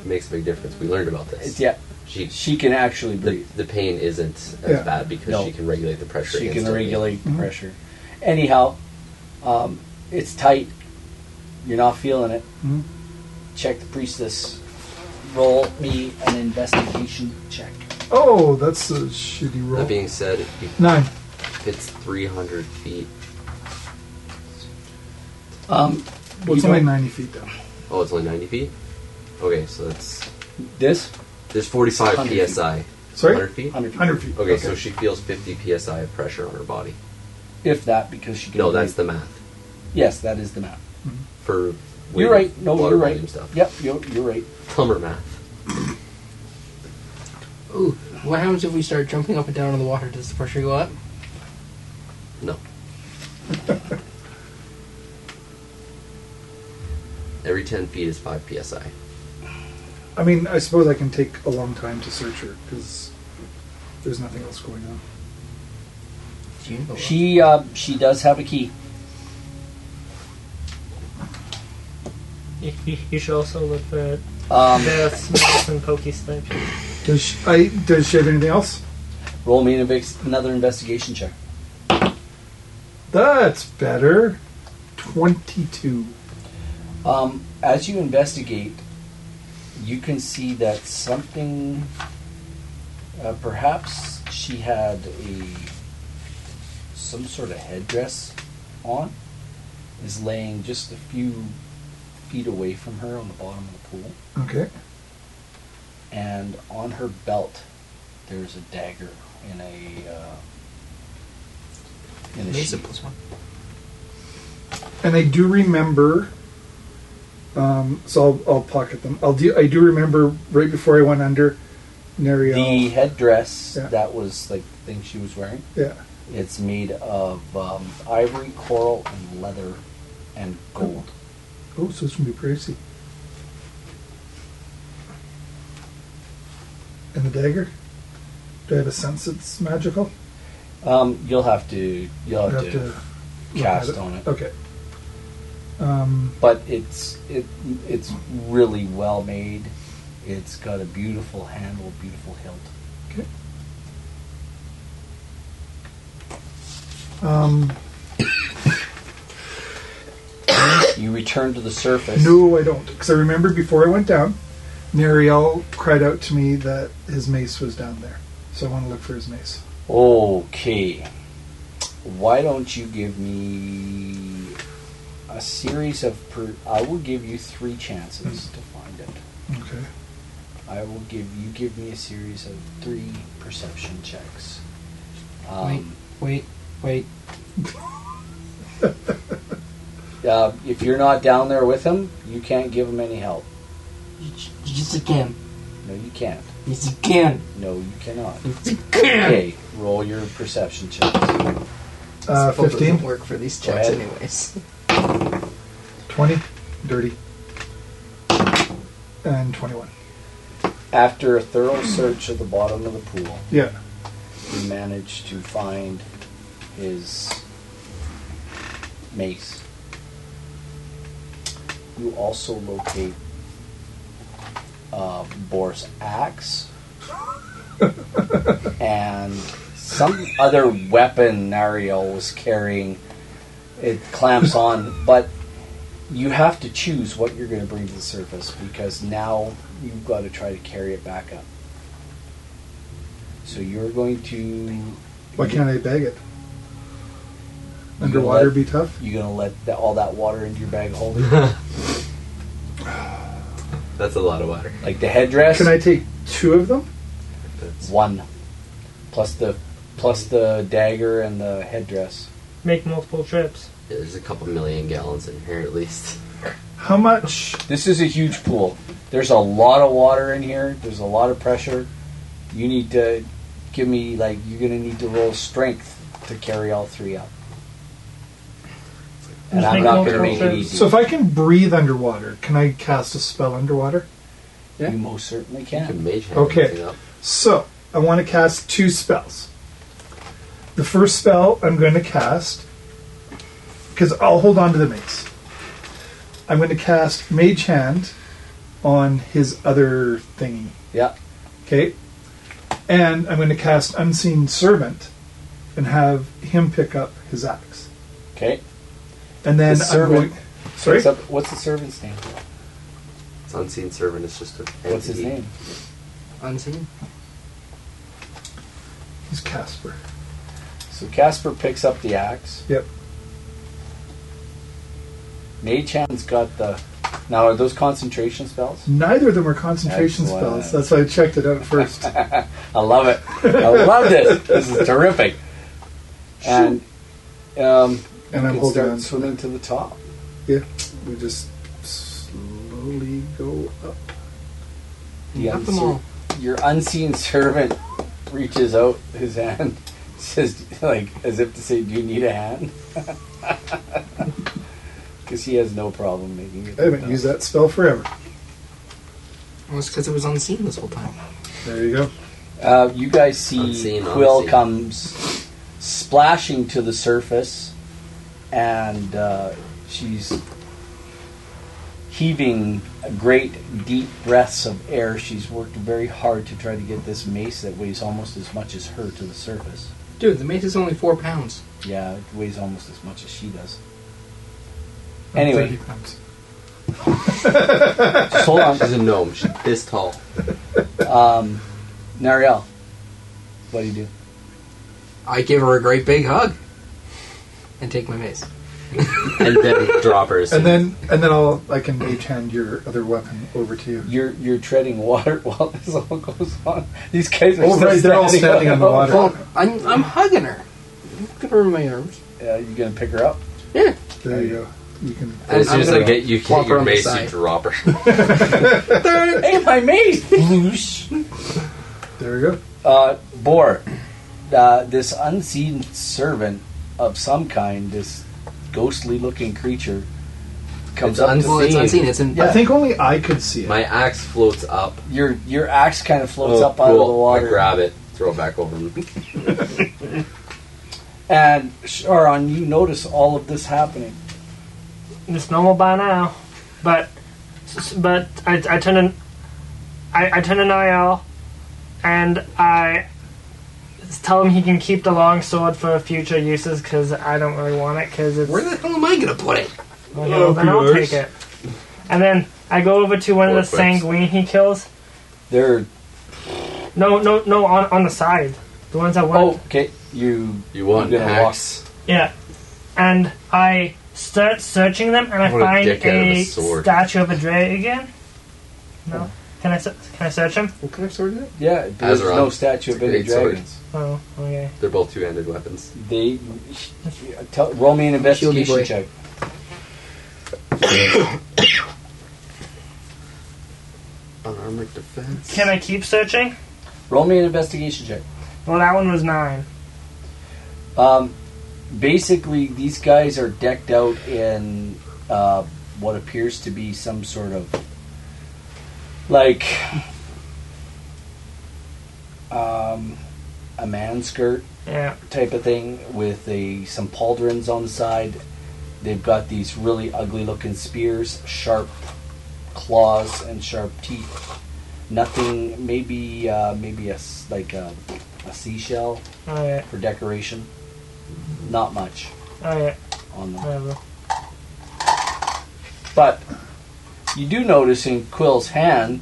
S8: makes a big difference. We learned about this.
S3: It's, yeah,
S8: She,
S3: she can actually
S8: the,
S3: breathe.
S8: the pain isn't as
S2: Yeah.
S8: bad because
S3: No.
S8: she can regulate the pressure.
S3: She can
S8: instantly.
S3: regulate
S2: Mhm.
S3: pressure. Anyhow, um, it's tight. You're not feeling it.
S2: Mhm.
S3: Check the priestess. Roll me an investigation check.
S2: Oh, that's a shitty roll.
S8: That being said, if
S2: Nine.
S8: it's 300 feet.
S3: Um,
S2: Well, it's
S3: You
S2: only
S3: don't-
S2: 90 feet down.
S8: Oh, it's only 90 feet? Okay, so that's.
S3: this
S8: There's 45
S3: 100 feet.
S8: psi.
S2: Sorry?
S8: 100 feet?
S3: 100 feet.
S2: 100 feet.
S8: Okay, so she feels 50 psi of pressure on her body.
S3: if that, because she can.
S8: No, that's
S3: breathe.
S8: the math.
S3: Yes, that is the map.
S8: For weight
S3: You're right.
S8: of
S3: No,
S8: water
S3: you're right.
S8: volume Stuff.
S3: Yep, you're, you're right.
S8: Plumber math.
S5: Ooh, what happens if we start jumping up and down in the water? Does the pressure go up?
S3: [LAUGHS]
S8: No. Every 10 feet is 5 psi.
S3: [LAUGHS]
S2: I mean, I suppose I can take a long time to search her because there's nothing else going on.
S5: Do you know?
S3: She uh, she does have a key.
S6: You, you, you should also look for
S3: Um,
S6: this medicine pokey stick.
S2: Does she, I, does she have anything else?
S3: roll me an invex- another investigation check.
S2: That's better. 22.
S3: Um, as you investigate, you can see that something. Uh, perhaps she had a some sort of headdress on, is laying just a few feet away from her on the bottom of the pool.
S2: Okay.
S3: and on her belt there's a dagger in a uh, in a
S5: Mesa
S3: sheath.
S5: plus one.
S2: And I do remember. Um, so I'll, I'll pocket them. I'll do. I do remember right before I went under, Neriel.
S3: the headdress
S2: Yeah.
S3: that was like the thing she was wearing
S2: yeah.
S3: it's made of um, ivory coral and leather and gold
S2: Oh, so it's gonna be pricey. And the dagger. Do I have a sense it's magical?
S3: um, you'll have to you'll
S2: I'd
S3: have, to,
S2: look
S3: cast
S2: at
S3: on it
S2: Okay. Um,
S3: but it's it it's really well made it's got a beautiful handle beautiful hilt
S2: um,
S3: you return to the surface
S2: no, I don't. Because I remember before I went down, Neriel cried out to me that his mace was down there. So I want to look for his mace.
S3: Okay. Why don't you give me a series of per- I will give you 3 chances to find it.
S2: Okay.
S3: I will give you give me a series of 3 perception checks. Um,
S5: Wait, wait.
S3: uh, if you're not down there with him, you can't give him any help.
S5: Yes, I can.
S3: No, you can't.
S5: Yes, I can.
S3: No, you cannot.
S5: Yes, I can.
S3: Okay, roll your perception checks.
S2: Uh,
S9: This pool
S2: 15,
S9: doesn't work for these
S3: Go
S9: checks,
S3: ahead.
S9: anyways.
S2: 20, dirty, and 21.
S3: After a thorough search of the bottom of the pool,
S2: Yeah.
S3: you manage to find his mace. You also locate uh, Boris'
S2: [LAUGHS]
S3: axe and some other weapon Nariel was carrying. It clamps on, but you have to choose what you're going to bring to the surface because now you've got to try to carry it back up. So you're going to
S2: Why can't I bag it? Underwater
S3: let-
S2: be tough?
S3: You gonna let that, all that water into your bag holder?
S8: That's a lot of water.
S3: like the headdress?
S2: Can I take two of them?
S8: That's
S3: One, plus the plus the dagger and the headdress.
S6: Make multiple trips.
S4: Yeah, there's a couple million gallons in here at least.
S2: How much?
S3: This is a huge pool. There's a lot of water in here. There's a lot of pressure. You need to give me like you're gonna need to roll strength to carry all three up. And
S6: Just
S3: I'm
S6: make
S3: not gonna
S6: multiple
S3: make it
S6: trips.
S3: easy.
S2: So if I can breathe underwater, can I cast a spell underwater?
S3: you most certainly
S4: You
S3: can.
S4: can mage hand
S2: Okay.
S4: everything up.
S2: So I want to cast two spells. The first spell I'm going to cast, because I'll hold on to the mace. I'm going to cast Mage Hand on his other thingy.
S3: Yeah.
S2: Okay. And I'm going to cast Unseen Servant and have him pick up his axe.
S3: Okay.
S2: And then
S3: The
S2: I'm
S3: servant
S2: going. Sorry?
S3: What's, up, what's the servant's name?
S4: It's unseen servant. It's just a.
S3: What's his
S4: entity.
S3: name?
S5: Unseen.
S2: He's Casper.
S3: So Casper picks up the axe.
S2: Yep.
S3: Mage-Hand's got the. Now, are those concentration spells?
S2: Neither of them are concentration
S3: Excellent.
S2: spells. That's why I checked it out
S3: [LAUGHS]
S2: first.
S3: I love it.
S2: [LAUGHS]
S3: I love this. This is terrific. And um, you
S2: And I'm
S3: can
S2: holding
S3: start
S2: on.
S3: swimming to the top.
S2: We just slowly go up.
S3: The
S5: Got them
S3: unseen-
S5: all.
S3: Your unseen servant reaches out his hand, [LAUGHS] says like as if to say, "Do you need a hand?" [LAUGHS] Because he has no problem making it.
S2: I haven't used that spell forever.
S5: Well, it's because it was unseen this whole time.
S2: There you go.
S3: Uh, you guys see
S4: Unseen,
S3: Quill
S4: unseen.
S3: comes splashing to the surface, and uh, she's heaving great deep breaths of air. She's worked very hard to try to get this mace that weighs almost as much as her to the surface.
S5: Dude, the mace is only four pounds.
S3: Yeah, it weighs almost as much as she does.
S2: Oh,
S3: Anyway, just
S4: [LAUGHS]
S3: hold on.
S4: She's a gnome. She's this tall.
S3: Um, Nariel, what do you do?
S5: I give her a great big hug and take my mace.
S4: and
S5: [LAUGHS]
S4: then droppers.
S2: And then and then I'll I can mage hand your other weapon over
S3: [LAUGHS]
S2: to you.
S3: You're you're treading water [LAUGHS] while this all goes on. These guys are
S2: Oh,
S3: still
S2: right, they're all standing on the water.
S5: Well, I'm, I'm hugging her. I'm giving her my arms.
S3: Yeah, you gonna pick her up?
S5: Yeah.
S2: There you go. You can.
S5: And
S8: As soon
S5: I'm
S8: as I
S5: gonna
S8: get you,
S5: plop
S8: hit
S5: her
S8: your
S5: on the
S8: mace, you
S5: side.
S8: drop
S5: [LAUGHS]
S8: her.
S3: Hey, my mate!
S2: There you go.
S3: uh, Boar, uh, this unseen servant of some kind, this ghostly-looking creature,
S8: It's
S3: comes up.
S8: uns-
S3: to-
S5: Well, it's
S8: Scene.
S5: unseen. It's in.
S2: I think only I could see it.
S8: My axe floats up.
S3: your your axe kind of floats
S8: Oh,
S3: up out of the
S8: cool.
S3: water.
S8: I grab it, throw it back over me.
S3: And Sharon, you notice all of this happening.
S6: It's normal by now, but but I, I turn an I, I turn an IL, and I tell him he can keep the long sword for future uses because I don't really want it because it's
S5: Where the hell am I gonna put it?
S6: Okay, well, then I'll take it. And then I go over to one of
S8: Four
S6: the
S8: quips.
S6: sanguine he kills.
S3: There.
S6: No, no, no, on on the side, the ones that went.
S3: Oh, okay. You
S8: You want
S3: You're
S8: an
S3: gonna walk.
S8: axe?
S6: Yeah. And I start searching them, and I
S8: What a
S6: find
S8: dick out of
S6: a,
S8: a sword.
S6: statue of
S8: [LAUGHS]
S6: a dragon. No, can I se- can I search him?
S5: What kind of sword is it?
S3: yeah. There's
S8: Azeroth.
S3: no statue of any
S8: Great sword.
S3: dragons.
S6: Oh, okay.
S8: They're both two-handed weapons.
S3: They tell, roll me an investigation
S5: boy.
S3: check.
S5: Unarmored defense.
S6: Can I keep searching?
S3: Roll me an investigation check.
S6: Well, that one was nine.
S3: Um, basically, these guys are decked out in uh, what appears to be some sort of like um, a man skirt
S6: Yeah.
S3: type of thing with a some pauldrons on the side. They've got these really ugly looking spears, sharp claws and sharp teeth. Nothing, maybe uh, maybe a s- like a, a seashell
S6: All right.
S3: for decoration. Not much
S6: All right.
S3: on them,
S6: Whatever.
S3: but you do notice in Quill's hand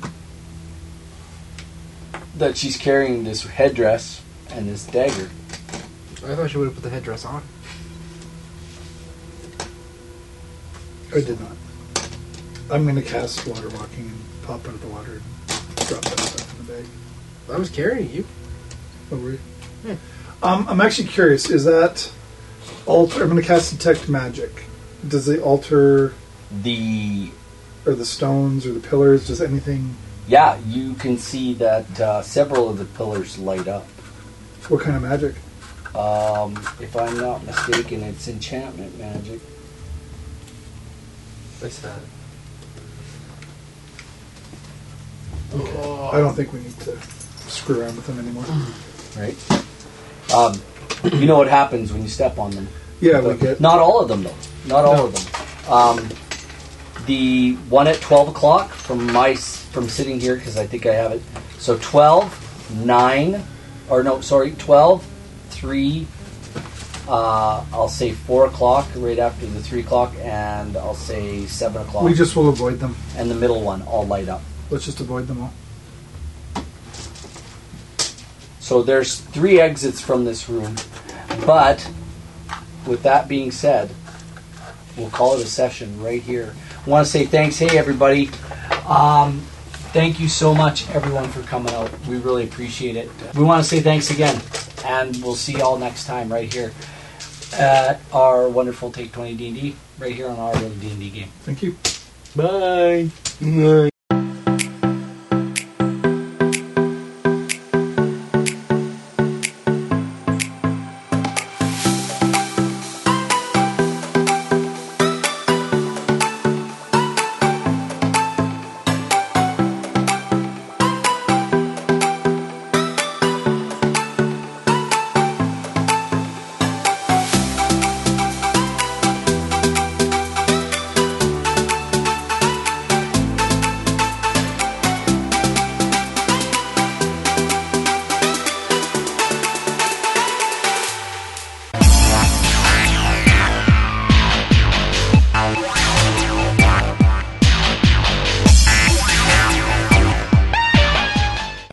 S3: that she's carrying this headdress and this dagger.
S5: I thought she would have put the headdress on.
S2: I did not. I'm gonna cast water walking and pop out of the water and drop that stuff in the bag.
S5: I was carrying you.
S2: Oh, were you? Um, I'm actually curious. Is that alter? I'm gonna cast detect magic. Does the altar
S3: The
S2: or the stones or the pillars? Does anything?
S3: yeah, you can see that uh, several of the pillars light up.
S2: What kind of magic?
S3: Um, if I'm not mistaken, it's enchantment magic.
S8: I said.
S2: I don't think we need to screw around with them anymore.
S3: Right. Um, you know what happens when you step on them.
S2: Yeah, we
S3: But
S2: get.
S3: Not all of them, though. Not all of them. Um, the one at 12 o'clock from my s- from sitting here, because I think I have it. So 12, 9, or no, sorry, 12, 3, uh, I'll say 4 o'clock right after the 3 o'clock, and I'll say 7 o'clock.
S2: We just will avoid them.
S3: and the middle one all light up.
S2: Let's just avoid them all.
S3: So there's three exits from this room. But with that being said, we'll call it a session right here. I want to say thanks. Hey, everybody. Um, thank you so much, everyone, for coming out. We really appreciate it. We want to say thanks again, and we'll see y'all next time right here at our wonderful Take 20 D&D, right here on our little D&D game.
S2: Thank you.
S7: Bye.